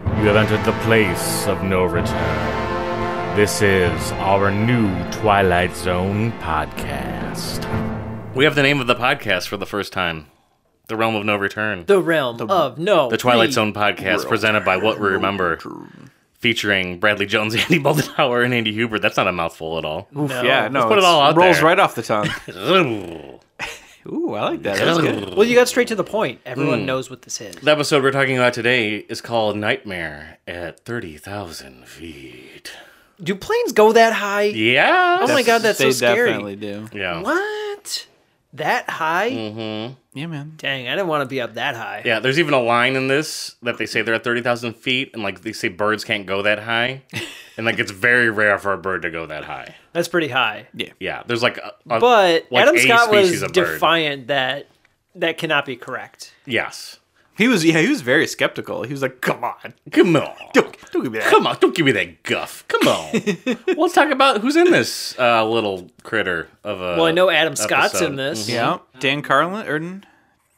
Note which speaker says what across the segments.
Speaker 1: You have entered the place of no return. This is our new Twilight Zone podcast.
Speaker 2: We have the name of the podcast for the first time. The Realm of No Return. The,
Speaker 3: The realm of no.
Speaker 2: Twilight
Speaker 3: re-
Speaker 2: Zone podcast presented by What We Remember. Featuring Bradley Jones, Andy Baldenauer, and Andy Huber. That's not a mouthful at all.
Speaker 3: No.
Speaker 4: Yeah, no.
Speaker 2: put it
Speaker 4: it's-
Speaker 2: all out
Speaker 4: rolls
Speaker 2: there.
Speaker 4: right off the tongue.
Speaker 2: Ooh.
Speaker 4: Ooh, I like that. That's good.
Speaker 3: Well, you got straight to the point.
Speaker 2: Hmm.
Speaker 3: Everyone knows what this is.
Speaker 2: The episode we're talking about today is called Nightmare at 30,000 Feet.
Speaker 3: Do planes go that high?
Speaker 2: Yeah.
Speaker 3: Oh my god, that's
Speaker 4: they
Speaker 3: so scary.
Speaker 4: definitely do.
Speaker 2: Yeah.
Speaker 3: What? That high?
Speaker 4: Yeah, man.
Speaker 3: Dang, I didn't want to be up that high.
Speaker 2: Hmm. Yeah, there's even a line in this that they say they're at 30,000 feet, and like they say birds can't go that high. and like it's very rare for a bird to go that high.
Speaker 3: That's pretty high.
Speaker 2: Yeah, there's like a, a-
Speaker 3: But
Speaker 2: Uh, like
Speaker 3: Adam
Speaker 2: a
Speaker 3: Scott was
Speaker 2: species of bird.
Speaker 3: defiant that that cannot be correct.
Speaker 2: Yes.
Speaker 4: He was yeah, he was very skeptical. He was like, "Come on,
Speaker 2: Come on.
Speaker 4: don't, don't give me that."
Speaker 2: Come on, don't give me that guff. Come on. Let's talk about who's in this uh, little critter of a.
Speaker 3: Well, I know Adam Scott's
Speaker 2: Uh,
Speaker 3: in
Speaker 2: episode. Mm-hmm.
Speaker 3: this.
Speaker 4: Yeah, Dan Carlin Erden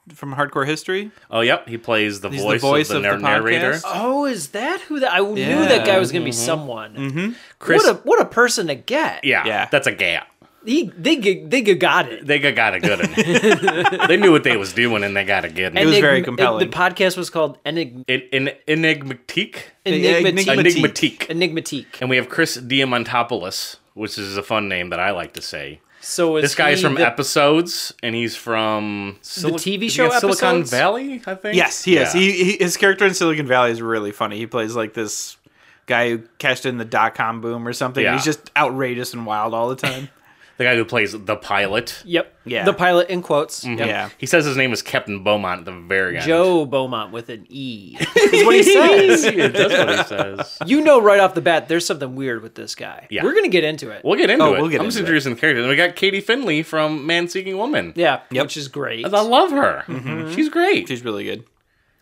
Speaker 4: from Hardcore History.
Speaker 2: Oh, yep. He plays the,
Speaker 4: the
Speaker 2: voice,
Speaker 4: voice
Speaker 2: of the,
Speaker 4: of the
Speaker 2: nar- narrator.
Speaker 4: podcast.
Speaker 3: Oh, is that who that? I knew
Speaker 4: Yeah.
Speaker 3: that guy was going to be someone.
Speaker 2: Mm-hmm. Chris.
Speaker 3: What a what a person to get.
Speaker 2: yeah,
Speaker 4: Yeah.
Speaker 2: That's a gap.
Speaker 3: He they g- they g- got it.
Speaker 2: They g- got a good one. they knew what they was doing and they got a good one.
Speaker 4: was
Speaker 3: Enigm-
Speaker 4: very
Speaker 3: it-
Speaker 4: compelling.
Speaker 3: the podcast was called Enig-
Speaker 2: En- en- enigmatique.
Speaker 3: Enigmatique.
Speaker 4: Enigmatique.
Speaker 2: Enigmatique.
Speaker 3: Enigmatique.
Speaker 2: And we have Chris Diamantopoulos, which is a fun name that I like to say.
Speaker 3: So is
Speaker 2: This guy is
Speaker 3: he
Speaker 2: from
Speaker 3: the,
Speaker 2: episodes, and he's from Sili-
Speaker 3: TV
Speaker 2: is he
Speaker 3: show
Speaker 2: on Silicon
Speaker 3: Episodes?
Speaker 2: Valley, I think.
Speaker 4: Yes, he is.
Speaker 2: Yeah.
Speaker 4: He, he his character in Silicon Valley is really funny. He plays like this guy who cashed in the dot com boom or something.
Speaker 2: Yeah.
Speaker 4: He's just outrageous and wild all the time.
Speaker 2: the guy who plays the pilot.
Speaker 3: Yep.
Speaker 4: Yeah.
Speaker 3: The pilot in quotes. Yep.
Speaker 4: Yeah,
Speaker 2: He says his name is Captain Beaumont at the very end.
Speaker 3: Joe Beaumont with an E.
Speaker 4: that's what he says.
Speaker 2: That's what he says.
Speaker 3: you know right off the bat there's something weird with this guy.
Speaker 2: Yeah.
Speaker 3: We're gonna get into it.
Speaker 2: We'll get into
Speaker 4: Oh,
Speaker 2: it.
Speaker 4: we'll get
Speaker 2: I'm just
Speaker 4: into it.
Speaker 2: introducing the characters. And we got Katie Finley from Man Seeking Woman.
Speaker 3: yeah, which is great.
Speaker 2: I love her.
Speaker 3: Mm-hmm.
Speaker 2: She's great.
Speaker 4: She's really good.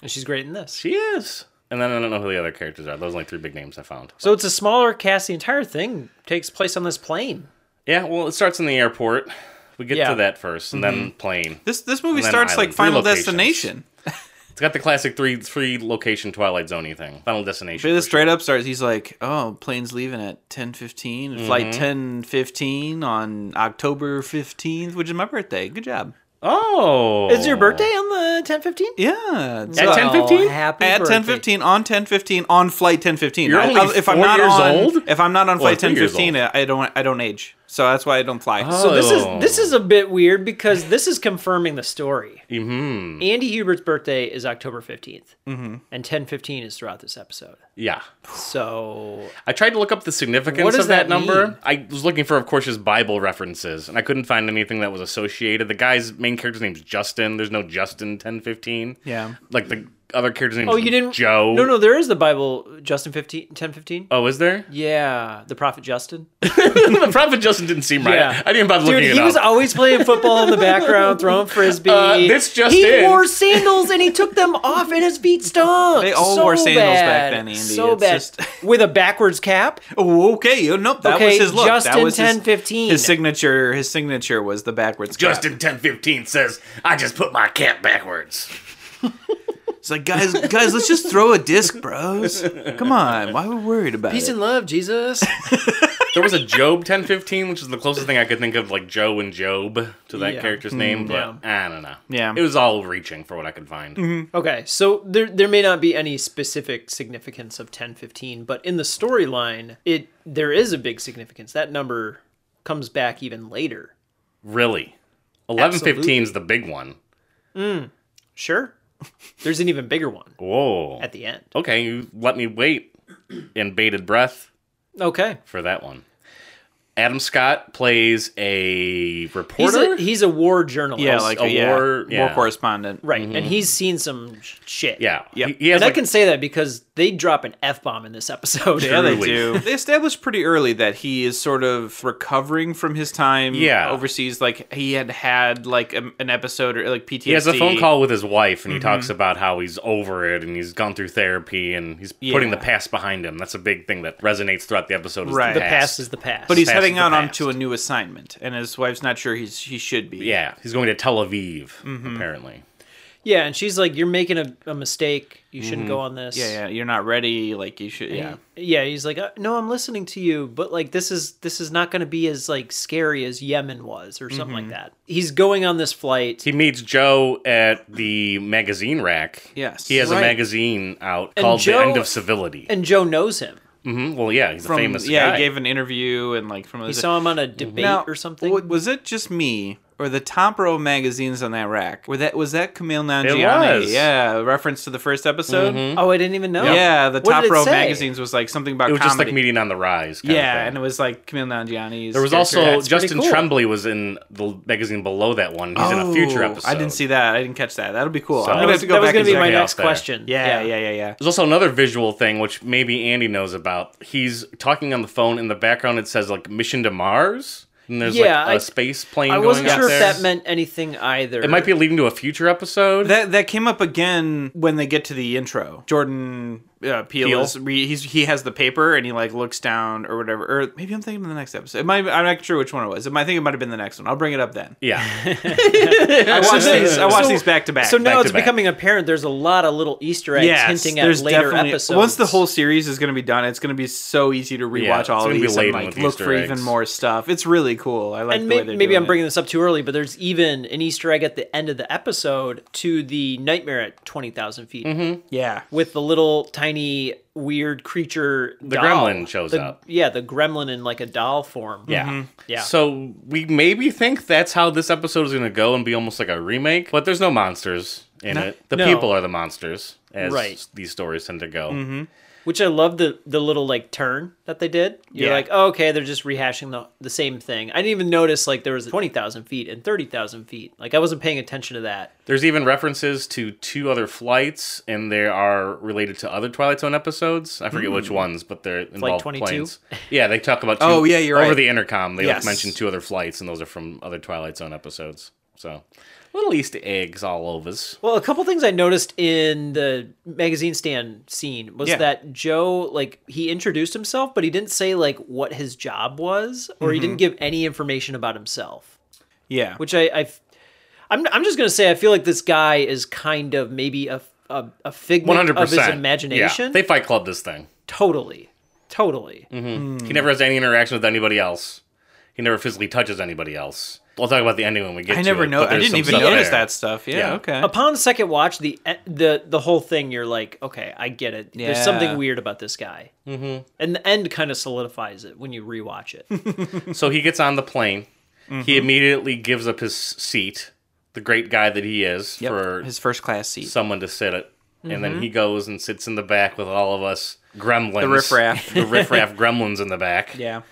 Speaker 3: And she's great in this.
Speaker 2: she is. And then I don't know who the other characters are. Those are only three big names I found.
Speaker 3: So it's a smaller cast. The entire thing takes place on this plane.
Speaker 2: Yeah, well, it starts in the airport. We get
Speaker 3: Yeah. Mm-hmm.
Speaker 2: to that first, and then plane.
Speaker 4: This this movie
Speaker 2: And then
Speaker 4: starts
Speaker 2: Island.
Speaker 4: like
Speaker 2: Three
Speaker 4: Final
Speaker 2: locations.
Speaker 4: Destination.
Speaker 2: It's got the classic three three location Twilight Zoney thing. Final destination.
Speaker 4: But
Speaker 2: for
Speaker 4: this
Speaker 2: sure.
Speaker 4: straight up starts. He's like, "Oh, plane's leaving at ten fifteen.
Speaker 2: Mm-hmm.
Speaker 4: Flight ten fifteen on October fifteenth, which is my birthday. Good job.
Speaker 2: Oh,
Speaker 3: Is your birthday on the ten fifteen?
Speaker 4: Yeah, it's
Speaker 2: At
Speaker 4: like-
Speaker 2: 10:15?
Speaker 3: Happy
Speaker 4: At
Speaker 3: birthday.
Speaker 4: ten fifteen on ten fifteen on flight ten fifteen.
Speaker 2: You're only
Speaker 4: if I'm
Speaker 2: four
Speaker 4: not
Speaker 2: years
Speaker 4: on,
Speaker 2: old?
Speaker 4: if I'm not on
Speaker 2: Well,
Speaker 4: flight
Speaker 2: three
Speaker 4: ten
Speaker 2: years
Speaker 4: fifteen, I don't I don't age. So that's why I don't fly.
Speaker 3: So this is
Speaker 2: Oh.
Speaker 3: this is a bit weird because this is confirming the story.
Speaker 2: hmm
Speaker 3: Andy Hubert's birthday is October 15th,
Speaker 4: Mm-hmm.
Speaker 3: and 1015 is throughout this episode.
Speaker 2: Yeah,
Speaker 3: So
Speaker 2: I tried to look up the significance
Speaker 3: What does
Speaker 2: of that,
Speaker 3: that mean?
Speaker 2: number. I was looking for, of course, his Bible references, and I couldn't find anything that was associated. The guy's main character's name's Justin. There's no Justin ten fifteen.
Speaker 4: Yeah.
Speaker 2: like the other character's name.
Speaker 3: Oh,
Speaker 2: is
Speaker 3: you didn't
Speaker 2: Joe.
Speaker 3: No, no, there is the Bible Justin 15 1015.
Speaker 2: Oh, is there?
Speaker 3: Yeah, the prophet Justin.
Speaker 2: the prophet Justin didn't seem right.
Speaker 3: Yeah.
Speaker 2: I didn't bother
Speaker 3: Dude,
Speaker 2: looking it
Speaker 3: he was
Speaker 2: up.
Speaker 3: always playing football in the background, throwing frisbee.
Speaker 2: Uh, this just
Speaker 3: he
Speaker 2: in.
Speaker 3: wore sandals and he took them off, and his feet stunk.
Speaker 4: They all
Speaker 3: So
Speaker 4: wore sandals back
Speaker 3: bad.
Speaker 4: then, Andy.
Speaker 3: So
Speaker 4: It's
Speaker 3: bad.
Speaker 4: just-
Speaker 3: With a backwards cap.
Speaker 4: Oh, okay. you- Nope. That
Speaker 3: Okay,
Speaker 4: was his look.
Speaker 3: Justin
Speaker 4: that was his-
Speaker 3: 10:15.
Speaker 4: His signature. His signature was the backwards. cap.
Speaker 2: Justin ten fifteen says, "I just put my cap backwards."
Speaker 4: It's like, guys, guys, let's just throw a disc, bros. Come on, why are we worried about
Speaker 3: Peace
Speaker 4: it?
Speaker 3: and love, Jesus.
Speaker 2: There was a Job ten fifteen, which is the closest thing I could think of, like Joe and Job to that
Speaker 3: Yeah. Hmm,
Speaker 2: character's name. But I don't know.
Speaker 4: Yeah.
Speaker 2: it was all reaching for what I could find.
Speaker 3: Okay, so there there may not be any specific significance of ten fifteen, but in the storyline, it there is a big significance. That number comes back even later.
Speaker 2: Really, eleven fifteen is the big one.
Speaker 3: Sure, there's an even bigger one
Speaker 2: Whoa.
Speaker 3: at the end.
Speaker 2: okay, you let me wait in bated breath
Speaker 3: Okay,
Speaker 2: for that one. Adam Scott plays a
Speaker 3: he's
Speaker 2: reporter.
Speaker 3: a, he's a war journalist.
Speaker 4: yeah, like mm-hmm.
Speaker 2: a
Speaker 4: a yeah,
Speaker 2: war-
Speaker 4: war,
Speaker 2: yeah.
Speaker 4: correspondent.
Speaker 3: right, and he's seen some sh- shit.
Speaker 2: yeah,
Speaker 4: Yep.
Speaker 2: he, he has
Speaker 3: and I
Speaker 2: like,
Speaker 3: can say that because they drop an f bomb in this episode.
Speaker 4: Yeah, they
Speaker 2: Truly.
Speaker 4: do. they established pretty early that he is sort of recovering from his time
Speaker 2: Yeah.
Speaker 4: overseas. Like he had had like a, an episode or like PTSD.
Speaker 2: he has a phone call with his wife, and he
Speaker 3: Mm-hmm.
Speaker 2: talks about how he's over it, and he's gone through therapy, and he's putting the
Speaker 4: Yeah.
Speaker 2: past behind him. That's a big thing that resonates throughout the episode. Is
Speaker 4: Right.
Speaker 2: the
Speaker 3: the
Speaker 2: past.
Speaker 3: past is the past.
Speaker 4: but he's
Speaker 2: past
Speaker 4: heading
Speaker 2: the
Speaker 4: out
Speaker 2: past.
Speaker 4: onto a new assignment, and his wife's not sure he's he should be.
Speaker 3: Mm-hmm.
Speaker 2: Yeah, he's going to Tel Aviv apparently.
Speaker 3: Yeah, and she's like, "You're making a, a mistake. You shouldn't go on this."
Speaker 4: Mm-hmm. Yeah, yeah. You're not ready. Like you should. Yeah.
Speaker 3: yeah. Yeah, he's like, uh, "No, I'm listening to you, but like this is this is not going to be as like scary as Yemen was or something
Speaker 4: Mm-hmm.
Speaker 3: like that." He's going on this flight.
Speaker 2: He meets Joe at the magazine rack.
Speaker 4: Yes.
Speaker 2: He has
Speaker 4: Right.
Speaker 2: a magazine out called
Speaker 3: Joe-
Speaker 2: The End of Civility.
Speaker 3: and Joe knows him.
Speaker 2: hmm Well, yeah, he's
Speaker 4: From
Speaker 2: a famous
Speaker 4: yeah,
Speaker 2: guy.
Speaker 4: he gave an interview and like from
Speaker 3: He saw him on a debate
Speaker 4: Now,
Speaker 3: or something.
Speaker 4: w- was it just me or the top row of magazines on that rack? Were that was that Camille
Speaker 2: It
Speaker 4: Nanjiani?
Speaker 2: was. Mm-hmm.
Speaker 4: Yeah, a reference to the first episode.
Speaker 3: oh, I didn't even know.
Speaker 4: Yeah, the
Speaker 3: What
Speaker 4: top
Speaker 3: did it
Speaker 4: row of
Speaker 3: say?
Speaker 4: magazines was like something about
Speaker 2: it was just
Speaker 4: comedy.
Speaker 2: like meeting on the rise. kind of
Speaker 4: yeah,
Speaker 2: thing.
Speaker 4: and it was like Camille Nanjiani's.
Speaker 2: there was
Speaker 4: character.
Speaker 2: also
Speaker 3: pretty
Speaker 2: Justin
Speaker 3: cool.
Speaker 2: Tremblay was in the magazine below that one. He's in a
Speaker 4: Oh,
Speaker 2: future episode.
Speaker 4: I didn't see that. I didn't catch that. That'll be cool.
Speaker 2: So- That
Speaker 4: I'm gonna
Speaker 3: that
Speaker 4: have
Speaker 3: was,
Speaker 4: to go
Speaker 3: that was
Speaker 4: back
Speaker 3: going
Speaker 4: and
Speaker 3: to be
Speaker 4: check
Speaker 3: my
Speaker 4: it out.
Speaker 3: next
Speaker 2: there.
Speaker 3: question.
Speaker 4: Yeah, yeah, yeah, yeah.
Speaker 2: There's also another visual thing which maybe Andy knows about. He's talking on the phone. In the background, it says like "Mission to Mars," and there's
Speaker 3: Yeah,
Speaker 2: like a
Speaker 3: I-
Speaker 2: space plane.
Speaker 3: I
Speaker 2: going
Speaker 3: wasn't
Speaker 2: up
Speaker 3: sure
Speaker 2: there.
Speaker 3: if that meant anything either.
Speaker 2: It might be leading to a future episode.
Speaker 4: That that came up again when they get to the intro. Jordan uh, Peele,
Speaker 2: Peele.
Speaker 4: Is re, he's, he has the paper and he like looks down or whatever. Or maybe I'm thinking of the next episode. It might, I'm not sure which one it was. It might, I think it might have been the next one. I'll bring it up then.
Speaker 2: yeah,
Speaker 4: I watched these. I watched
Speaker 3: So-
Speaker 4: these back to back.
Speaker 3: So now
Speaker 2: back
Speaker 3: it's
Speaker 2: to back.
Speaker 3: becoming apparent there's a lot of little Easter eggs
Speaker 4: Yes,
Speaker 3: hinting at
Speaker 4: there's
Speaker 3: later
Speaker 4: definitely-
Speaker 3: episodes.
Speaker 4: Once the whole series is going to be done, it's going to be so easy to rewatch
Speaker 2: Yeah, it's
Speaker 4: all
Speaker 2: gonna
Speaker 4: of
Speaker 2: be
Speaker 4: these and
Speaker 2: laden
Speaker 4: like
Speaker 2: with
Speaker 4: look
Speaker 2: Easter
Speaker 4: for even
Speaker 2: eggs.
Speaker 4: more stuff. It's really cool. I like
Speaker 3: and
Speaker 4: the way
Speaker 3: may-
Speaker 4: they're
Speaker 3: maybe
Speaker 4: doing
Speaker 3: I'm bringing this up too early, but there's even an Easter egg at the end of the episode to the nightmare at twenty thousand feet
Speaker 4: It. Yeah,
Speaker 3: with the little tiny weird creature. The
Speaker 2: gremlin shows up.
Speaker 3: Yeah, the gremlin in like a doll form.
Speaker 2: yeah,
Speaker 3: Yeah.
Speaker 2: So we maybe think that's how this episode is going to go and be almost like a remake, but there's no monsters in it. The
Speaker 3: No.
Speaker 2: people are the monsters, as
Speaker 3: Right.
Speaker 2: these stories tend to go.
Speaker 3: which I love the the little like turn that they did. You're
Speaker 2: Yeah.
Speaker 3: like, oh, okay, they're just rehashing the the same thing. I didn't even notice like there was twenty thousand feet and thirty thousand feet. Like I wasn't paying attention to that.
Speaker 2: There's even references to two other flights, and they are related to other Twilight Zone episodes. I forget which ones, but they're involved
Speaker 3: 22?
Speaker 2: planes. Yeah, they talk about. Two,
Speaker 4: Oh, yeah, you're
Speaker 2: over
Speaker 4: right.
Speaker 2: the intercom. They
Speaker 4: Yes.
Speaker 2: mention two other flights, and those are from other Twilight Zone episodes. So little Easter eggs all over. us.
Speaker 3: Well, a couple things I noticed in the magazine stand scene was
Speaker 4: Yeah.
Speaker 3: that Joe, like, he introduced himself, but he didn't say like what his job was, or he didn't
Speaker 2: Mm-hmm.
Speaker 3: give any information about himself.
Speaker 4: yeah.
Speaker 3: Which I, I f- I'm, I'm just gonna say, I feel like this guy is kind of maybe a a, a
Speaker 2: One
Speaker 3: figment
Speaker 2: hundred
Speaker 3: of his
Speaker 2: percent
Speaker 3: imagination.
Speaker 2: Yeah, they Mm-hmm. fight club this thing.
Speaker 3: totally, totally.
Speaker 2: He never has any interaction with anybody else. He never physically touches anybody else. We'll talk about the ending when we get.
Speaker 4: I
Speaker 2: to
Speaker 4: never
Speaker 2: it,
Speaker 4: know.
Speaker 2: but
Speaker 4: I
Speaker 2: there's
Speaker 4: didn't
Speaker 2: some
Speaker 4: even
Speaker 2: stuff
Speaker 4: notice
Speaker 2: there.
Speaker 4: that stuff. Yeah.
Speaker 2: Yeah.
Speaker 4: Okay.
Speaker 3: Upon second watch, the e, the the whole thing, you're like, okay, I get it. There's
Speaker 4: Yeah.
Speaker 3: something weird about this guy, mm-hmm. and the end kind of solidifies it when you rewatch it.
Speaker 2: So he gets on the plane.
Speaker 4: Mm-hmm.
Speaker 2: He immediately gives up his seat, the great guy that he is,
Speaker 4: Yep.
Speaker 2: for
Speaker 4: His Mm-hmm. first class seat.
Speaker 2: someone to sit it. And then he goes and sits in the back with all of us gremlins. The
Speaker 4: riffraff.
Speaker 2: the riffraff gremlins in the back.
Speaker 4: yeah.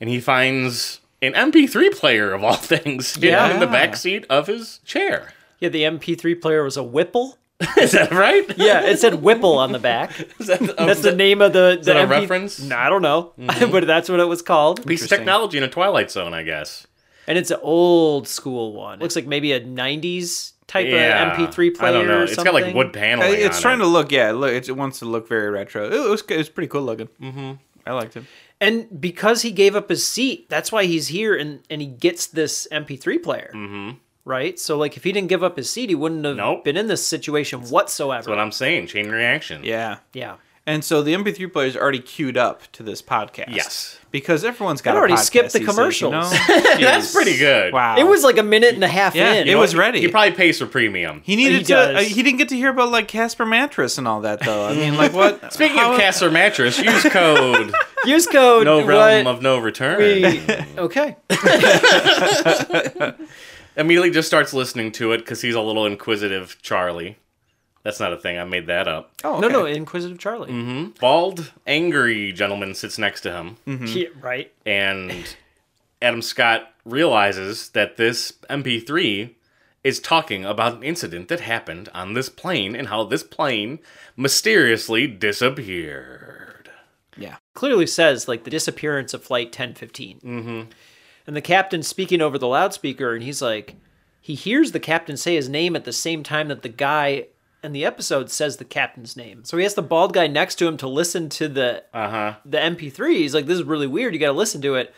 Speaker 2: And he finds an MP3 player, of all things, hidden
Speaker 3: Yeah.
Speaker 2: in the back seat of his chair.
Speaker 3: Yeah, the MP3 player was a Whipple.
Speaker 2: Is that right?
Speaker 3: Yeah, it said Whipple on the back.
Speaker 2: Is that, um,
Speaker 3: That's the name of the. the
Speaker 2: that a
Speaker 3: MP
Speaker 2: reference? Mm-hmm.
Speaker 3: No, I don't know, but that's what it was called.
Speaker 2: piece of technology in a Twilight Zone, I guess.
Speaker 3: And it's an old school one. Looks like maybe a '90s type
Speaker 2: Yeah.
Speaker 3: of MP3 player.
Speaker 2: I don't know.
Speaker 3: Or
Speaker 2: It's got like
Speaker 3: something.
Speaker 2: wood paneling.
Speaker 4: it's
Speaker 2: on
Speaker 4: trying
Speaker 2: it.
Speaker 4: to look. Yeah. Look. It wants to look very retro. It was. It was pretty cool looking. Mm-hmm. I liked it.
Speaker 3: And because he gave up his seat, that's why he's here, and and he gets this MP3 player. Mm-hmm. Right. So like, if he didn't give up his seat, he wouldn't have
Speaker 2: Nope.
Speaker 3: been in this situation whatsoever.
Speaker 2: That's what I'm saying. Chain reaction.
Speaker 4: Yeah.
Speaker 3: yeah.
Speaker 4: And so the MP3 player is already queued up to this podcast.
Speaker 2: Yes.
Speaker 4: Because everyone's got.
Speaker 3: It
Speaker 4: a
Speaker 3: already
Speaker 4: podcast
Speaker 3: skipped the
Speaker 4: these days, you know?
Speaker 2: That's pretty good.
Speaker 4: Wow.
Speaker 3: It was like a minute and a half
Speaker 4: Yeah,
Speaker 3: in.
Speaker 4: it was ready.
Speaker 2: He probably pays for premium.
Speaker 4: He needed
Speaker 3: He
Speaker 4: to. Uh,
Speaker 3: does.
Speaker 4: he didn't get to hear about like Casper mattress and all that though. I mean, like what?
Speaker 2: Speaking
Speaker 4: how-
Speaker 2: of Castor mattress, use code
Speaker 3: Use code.
Speaker 2: No Realm
Speaker 3: what
Speaker 2: of No Return.
Speaker 3: we- okay.
Speaker 2: immediately just starts listening to it because he's a little inquisitive Charlie. That's not a thing. I made that up.
Speaker 4: Oh,
Speaker 3: No,
Speaker 4: okay.
Speaker 3: no, Inquisitive Charlie.
Speaker 2: Mm-hmm. Bald, angry gentleman sits next to him,
Speaker 3: Yeah, right.
Speaker 2: and Adam Scott realizes that this MP3 is talking about an incident that happened on this plane and how this plane mysteriously disappeared.
Speaker 4: Yeah.
Speaker 3: Clearly says like the disappearance of flight 1015. Mm-hmm. And the captain's speaking over the loudspeaker, and he's like, he hears the captain say his name at the same time that the guy in the episode says the captain's name. So he has the bald guy next to him to listen to the
Speaker 2: Uh huh.
Speaker 3: the MP3. He's like, this is really weird. You got to listen to it.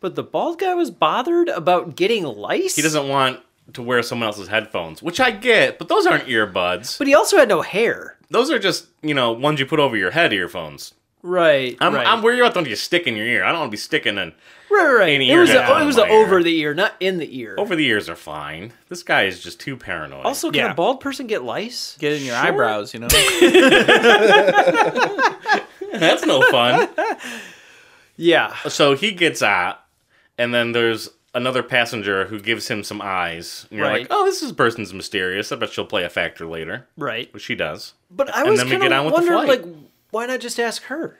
Speaker 3: But the bald guy was bothered about getting lice.
Speaker 2: He doesn't want to wear someone else's headphones, which I get, but those aren't earbuds.
Speaker 3: But he also had no hair.
Speaker 2: Those are just, you know, ones you put over your head earphones.
Speaker 3: Right.
Speaker 2: I'm,
Speaker 3: right.
Speaker 2: I'm worried about the one you stick in your ear. I don't want to be sticking in.
Speaker 3: right, right.
Speaker 2: any
Speaker 3: it was
Speaker 2: ear
Speaker 3: a,
Speaker 2: down
Speaker 3: it was
Speaker 2: my
Speaker 3: a
Speaker 2: ear.
Speaker 3: over the ear, not in the ear.
Speaker 2: Over the ears are fine. This guy is just too paranoid.
Speaker 3: also, can
Speaker 4: Yeah.
Speaker 3: a bald person get lice?
Speaker 4: Get it in your eyebrows, you know.
Speaker 2: that's no fun.
Speaker 3: Yeah.
Speaker 2: So he gets out, and then there's another passenger who gives him some eyes. And you're
Speaker 3: Right.
Speaker 2: like, oh, this is person's mysterious. I bet she'll play a factor later,
Speaker 3: Right.
Speaker 2: which she does.
Speaker 3: But I
Speaker 2: And
Speaker 3: was
Speaker 2: then we
Speaker 3: kind
Speaker 2: get on
Speaker 3: of
Speaker 2: with the
Speaker 3: wondering,
Speaker 2: flight.
Speaker 3: like, why not just ask her?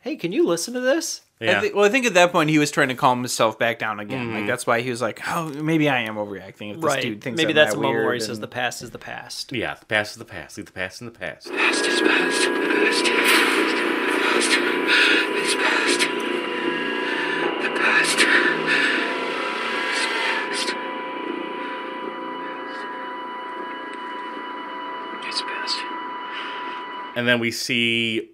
Speaker 3: Hey, can you listen to this?
Speaker 2: Yeah.
Speaker 4: I thi- well, I think at that point he was trying to calm himself back down again. Like that's why he was like, "Oh, maybe I am overreacting." If this
Speaker 3: Mm-hmm. right.
Speaker 4: dude thinks
Speaker 3: Maybe
Speaker 4: I'm
Speaker 3: that's
Speaker 4: that
Speaker 3: the moment
Speaker 4: weird
Speaker 3: where he says
Speaker 4: and-
Speaker 3: the past is the past.
Speaker 2: yeah, the past is the past. Leave the past in the past.
Speaker 5: Past is past. Past. Past is past. The past is past. It's past.
Speaker 2: And then we see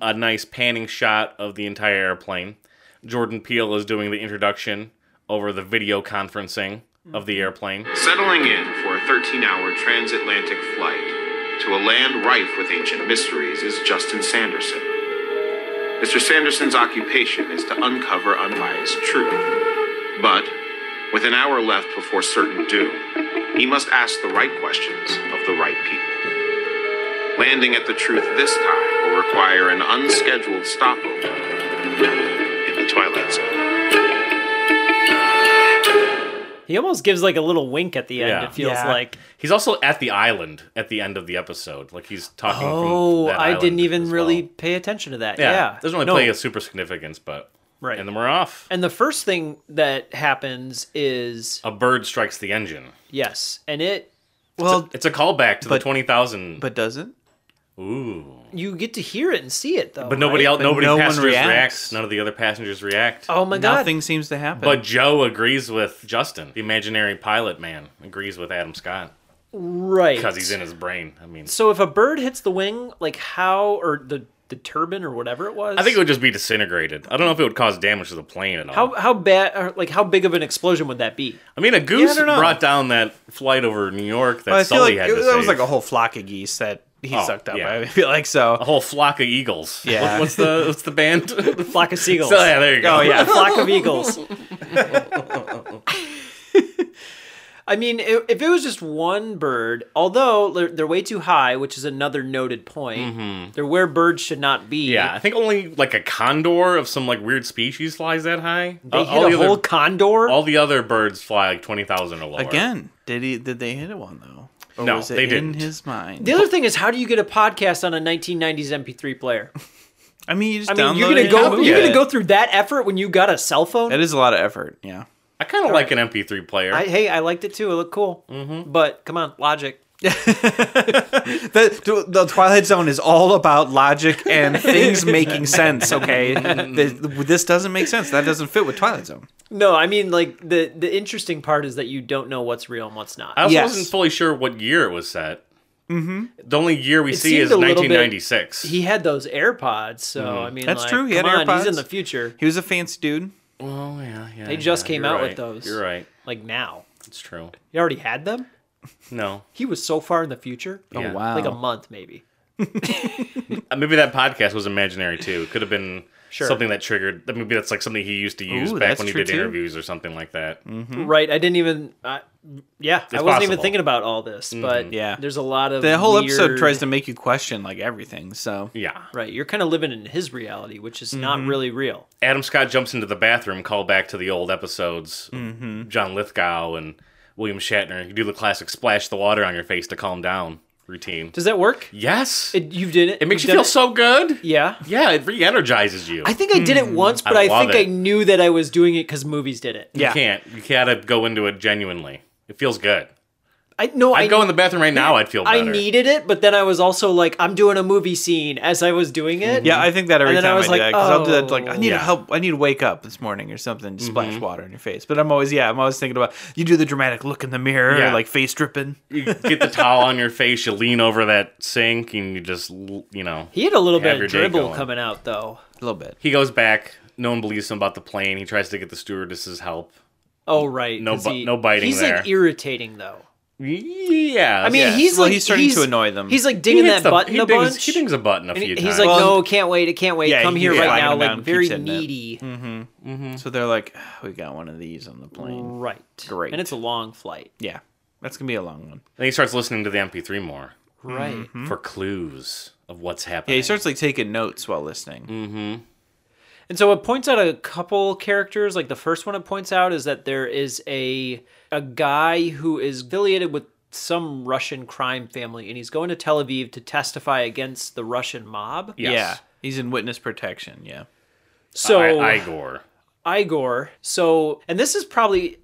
Speaker 2: a nice panning shot of the entire airplane. Jordan Peele is doing the introduction over the video conferencing of the airplane.
Speaker 6: Settling in for a 13 hour transatlantic flight to a land rife with ancient mysteries is Justin Sanderson. Mr. Sanderson's occupation is to uncover unbiased truth. But, with an hour left before certain doom, he must ask the right questions of the right people. Landing at the truth this time will require an unscheduled stopover in the Twilight Zone.
Speaker 3: He almost gives like a little wink at the end.
Speaker 2: Yeah.
Speaker 3: It feels
Speaker 4: Yeah.
Speaker 3: like,
Speaker 2: He's also at the island at the end of the episode. Like he's talking. from
Speaker 3: oh,
Speaker 2: that
Speaker 3: I
Speaker 2: island
Speaker 3: didn't even
Speaker 2: as
Speaker 3: really
Speaker 2: well.
Speaker 3: pay attention to that.
Speaker 2: Yeah,
Speaker 3: Yeah,
Speaker 2: doesn't really
Speaker 3: No.
Speaker 2: play a super significance, but
Speaker 3: Right.
Speaker 2: And then we're off.
Speaker 3: And the first thing that happens is
Speaker 2: A bird strikes the engine.
Speaker 3: yes, and it
Speaker 4: "Well,
Speaker 2: It's a callback to the
Speaker 4: But-
Speaker 2: twenty thousand.
Speaker 4: but doesn't."
Speaker 2: Ooh,
Speaker 3: you get to hear it and see it though.
Speaker 2: but nobody
Speaker 3: right?
Speaker 2: else,
Speaker 4: But
Speaker 2: nobody
Speaker 4: no one
Speaker 2: passengers reacts.
Speaker 4: reacts.
Speaker 2: None of the other passengers react.
Speaker 3: Oh my god!
Speaker 4: Nothing seems to happen.
Speaker 2: But Joe agrees with Justin. The imaginary pilot man agrees with Adam Scott
Speaker 3: right?
Speaker 2: because he's in his brain. I mean,
Speaker 3: So if a bird hits the wing, like how or the the turbine or whatever it was,
Speaker 2: I think it would just be disintegrated. I don't know if it would cause damage to the plane at all.
Speaker 3: how how bad or like how big of an explosion would that be?
Speaker 2: I mean, a goose
Speaker 4: don't know.
Speaker 2: brought down that flight over New York that
Speaker 4: Well, I feel
Speaker 2: Sully
Speaker 4: like
Speaker 2: had
Speaker 4: it-
Speaker 2: to
Speaker 4: that was
Speaker 2: save.
Speaker 4: like a whole flock of geese that he
Speaker 2: Oh,
Speaker 4: sucked up.
Speaker 2: yeah.
Speaker 4: I feel like
Speaker 2: A
Speaker 4: so.
Speaker 3: Oh,
Speaker 2: whole flock of eagles. What-
Speaker 4: Yeah.
Speaker 2: what's the what's the band? so
Speaker 3: Flock of seagulls.
Speaker 2: yeah, there you go.
Speaker 4: Oh yeah.
Speaker 3: flock of eagles. I mean, i- if it was just one bird, although they're, they're way too high, which is another noted point, they're where birds should not be.
Speaker 2: Mm-hmm. Yeah, I think only like a condor of some like weird species flies that high.
Speaker 3: They
Speaker 2: Uh,
Speaker 3: hit a
Speaker 2: the
Speaker 3: whole
Speaker 2: other,
Speaker 3: condor.
Speaker 2: all the other birds fly like twenty thousand or lower.
Speaker 4: Again, did he? Did they hit one though? Or
Speaker 2: No,
Speaker 4: was it
Speaker 2: they
Speaker 4: in
Speaker 2: didn't.
Speaker 4: his mind.
Speaker 3: the other thing is, how do you get a podcast on a 1990s MP3 player?
Speaker 4: I mean, you just
Speaker 3: I mean, you're
Speaker 4: download
Speaker 3: gonna
Speaker 4: it and
Speaker 3: go
Speaker 4: download
Speaker 3: you're
Speaker 4: it.
Speaker 3: gonna go through that effort when you got a cell phone.
Speaker 4: That is a lot of effort. Yeah.
Speaker 2: I kind of like an MP3 player.
Speaker 3: I, hey, I liked it too. It looked cool. Mm-hmm. But come on, logic.
Speaker 4: The, the Twilight Zone is all about logic and things making sense. Okay, The- this doesn't make sense. That doesn't fit with Twilight Zone.
Speaker 3: No, I mean like the the interesting part is that you don't know what's real and what's not.
Speaker 2: I also
Speaker 4: Yes.
Speaker 2: wasn't fully sure what year it was set. Mm-hmm. The only year we see
Speaker 3: seemed
Speaker 2: is
Speaker 3: a little bit-
Speaker 2: 1996.
Speaker 3: he had those AirPods, so I mean,
Speaker 4: That's
Speaker 3: like,
Speaker 4: true, he had
Speaker 3: come on, He's
Speaker 4: AirPods.
Speaker 3: in the future.
Speaker 4: He was a fancy dude.
Speaker 2: oh yeah, yeah.
Speaker 3: They just came
Speaker 2: you're
Speaker 3: out with
Speaker 2: right.
Speaker 3: those.
Speaker 2: You're right.
Speaker 3: Like now,
Speaker 2: It's true.
Speaker 3: he already had them.
Speaker 2: No,
Speaker 3: He was so far in the future,
Speaker 2: Yeah.
Speaker 4: Oh, wow.
Speaker 3: like a month maybe.
Speaker 2: Uh, maybe that podcast was imaginary too. It could have been
Speaker 3: Sure.
Speaker 2: something that triggered. that Maybe that's like something he used to use
Speaker 4: Ooh,
Speaker 2: back
Speaker 4: that's
Speaker 2: when he
Speaker 4: true,
Speaker 2: did
Speaker 4: too.
Speaker 2: interviews or something like that.
Speaker 3: Mm. Right? I didn't even. I yeah, I wasn't even
Speaker 2: possible.
Speaker 3: thinking about all this, but
Speaker 4: Yeah.
Speaker 3: there's a lot of
Speaker 4: The whole episode
Speaker 3: weird-
Speaker 4: tries to make you question like everything. So
Speaker 2: Yeah.
Speaker 3: Right, you're kind of living in his reality, which is not really real.
Speaker 2: Adam Scott jumps into the bathroom, call back to the old episodes, of
Speaker 3: Mm-hmm.
Speaker 2: John Lithgow and William Shatner. You do the classic splash the water on your face to calm down routine.
Speaker 3: Does that work?
Speaker 2: yes. It,
Speaker 3: It, you did it.
Speaker 2: makes you
Speaker 3: You've
Speaker 2: feel
Speaker 3: done
Speaker 2: so good.
Speaker 3: it? Yeah.
Speaker 2: Yeah, it re energizes you.
Speaker 3: I think I did it once, but
Speaker 2: Hmm, I
Speaker 3: I,
Speaker 2: love
Speaker 3: think
Speaker 2: it.
Speaker 3: I knew that I was doing it because movies did it.
Speaker 2: you can't. You gotta go into it genuinely. It feels good.
Speaker 3: I no, I
Speaker 2: I'd go in the bathroom right now, I'd feel better.
Speaker 3: I needed it, but then I was also like, I'm doing a movie scene as I was doing
Speaker 2: Hmm.
Speaker 3: it.
Speaker 4: yeah, I think that every
Speaker 3: And then I
Speaker 4: time I,
Speaker 3: was
Speaker 4: do
Speaker 3: like, oh.
Speaker 4: that, 'cause I'll do that. Like I need
Speaker 2: Yeah.
Speaker 4: to help. I need to wake up this morning or something.
Speaker 3: Mm-hmm.
Speaker 4: Just splash water in your face. But I'm always yeah. I'm always thinking about you do the dramatic look in the mirror,
Speaker 2: Yeah.
Speaker 4: like face dripping.
Speaker 2: you get the towel on your face, you lean over that sink, and you just, l- you know.
Speaker 3: He had a little
Speaker 2: Have
Speaker 3: bit
Speaker 2: your
Speaker 3: of
Speaker 2: day
Speaker 3: dribble
Speaker 2: going.
Speaker 3: coming out though.
Speaker 4: A little bit.
Speaker 2: He goes back. No one believes him about the plane. He tries to get the stewardess's help.
Speaker 3: Oh right,
Speaker 2: No
Speaker 3: 'cause
Speaker 2: bu- no biting
Speaker 3: He's
Speaker 2: there.
Speaker 3: like irritating though.
Speaker 2: Yeah.
Speaker 3: I mean,
Speaker 2: yeah.
Speaker 3: he's
Speaker 4: Well,
Speaker 3: like
Speaker 4: he's starting to annoy them.
Speaker 3: He's like
Speaker 2: He
Speaker 3: digging
Speaker 2: hits
Speaker 3: that
Speaker 2: the-
Speaker 3: button
Speaker 2: he
Speaker 3: a
Speaker 2: digs-
Speaker 3: bunch.
Speaker 2: He dings a button a
Speaker 3: and
Speaker 2: few
Speaker 3: he's
Speaker 2: times.
Speaker 3: like,
Speaker 4: Well,
Speaker 3: no, can't wait, it can't wait.
Speaker 4: Yeah,
Speaker 3: Come
Speaker 4: he
Speaker 3: here
Speaker 4: keeps
Speaker 3: right
Speaker 4: flagging
Speaker 3: now,
Speaker 4: him
Speaker 3: like
Speaker 4: down and keeps
Speaker 3: very
Speaker 4: hitting it.
Speaker 3: needy.
Speaker 4: So they're like, "Ah, we got one of these on the plane.
Speaker 3: Right.
Speaker 4: Great.
Speaker 3: And it's a long flight.
Speaker 4: Yeah, that's gonna be a long one.
Speaker 2: and he starts listening to the MP3 more
Speaker 3: Right.
Speaker 2: for clues of what's
Speaker 4: Yeah,
Speaker 2: happening.
Speaker 4: he starts like taking notes while listening.
Speaker 3: And so it points out a couple characters. Like the first one it points out is that there is a a guy who is affiliated with some Russian crime family, and he's going to Tel Aviv to testify against the Russian mob.
Speaker 2: Yes.
Speaker 4: Yeah, he's in witness protection. Yeah,
Speaker 3: So
Speaker 2: I- Igor.
Speaker 3: Igor. So, and this is probably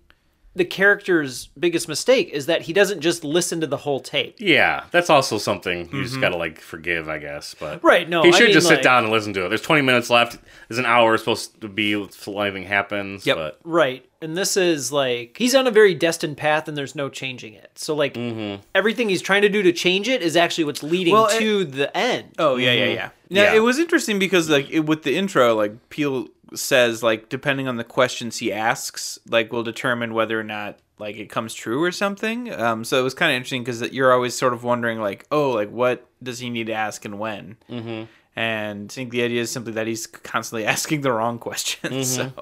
Speaker 3: the character's biggest mistake is that he doesn't just listen to the whole tape.
Speaker 2: Yeah, that's also something you just gotta like forgive, I guess. But
Speaker 3: Mm-hmm. Right, no,
Speaker 2: he
Speaker 3: I
Speaker 2: should
Speaker 3: mean,
Speaker 2: just sit
Speaker 3: like-
Speaker 2: down and listen to it. There's 20 minutes left. There's an hour supposed to be until anything happens.
Speaker 4: Yep.
Speaker 2: But
Speaker 3: Right. And this is like he's on a very destined path and there's no changing it. So like
Speaker 2: Mm-hmm.
Speaker 3: everything he's trying to do to change it is actually what's leading
Speaker 4: Well, it-
Speaker 3: to the end.
Speaker 4: Oh yeah, yeah, yeah. Now
Speaker 2: Yeah.
Speaker 4: it was interesting because like it, with the intro, like Peel says, like depending on the questions he asks, like will determine whether or not like it comes true or something. Um, so it was kind of interesting because you're always sort of wondering like, oh, like what does he need to ask and when. Mm-hmm. And I think the idea is simply that he's constantly asking the wrong questions. So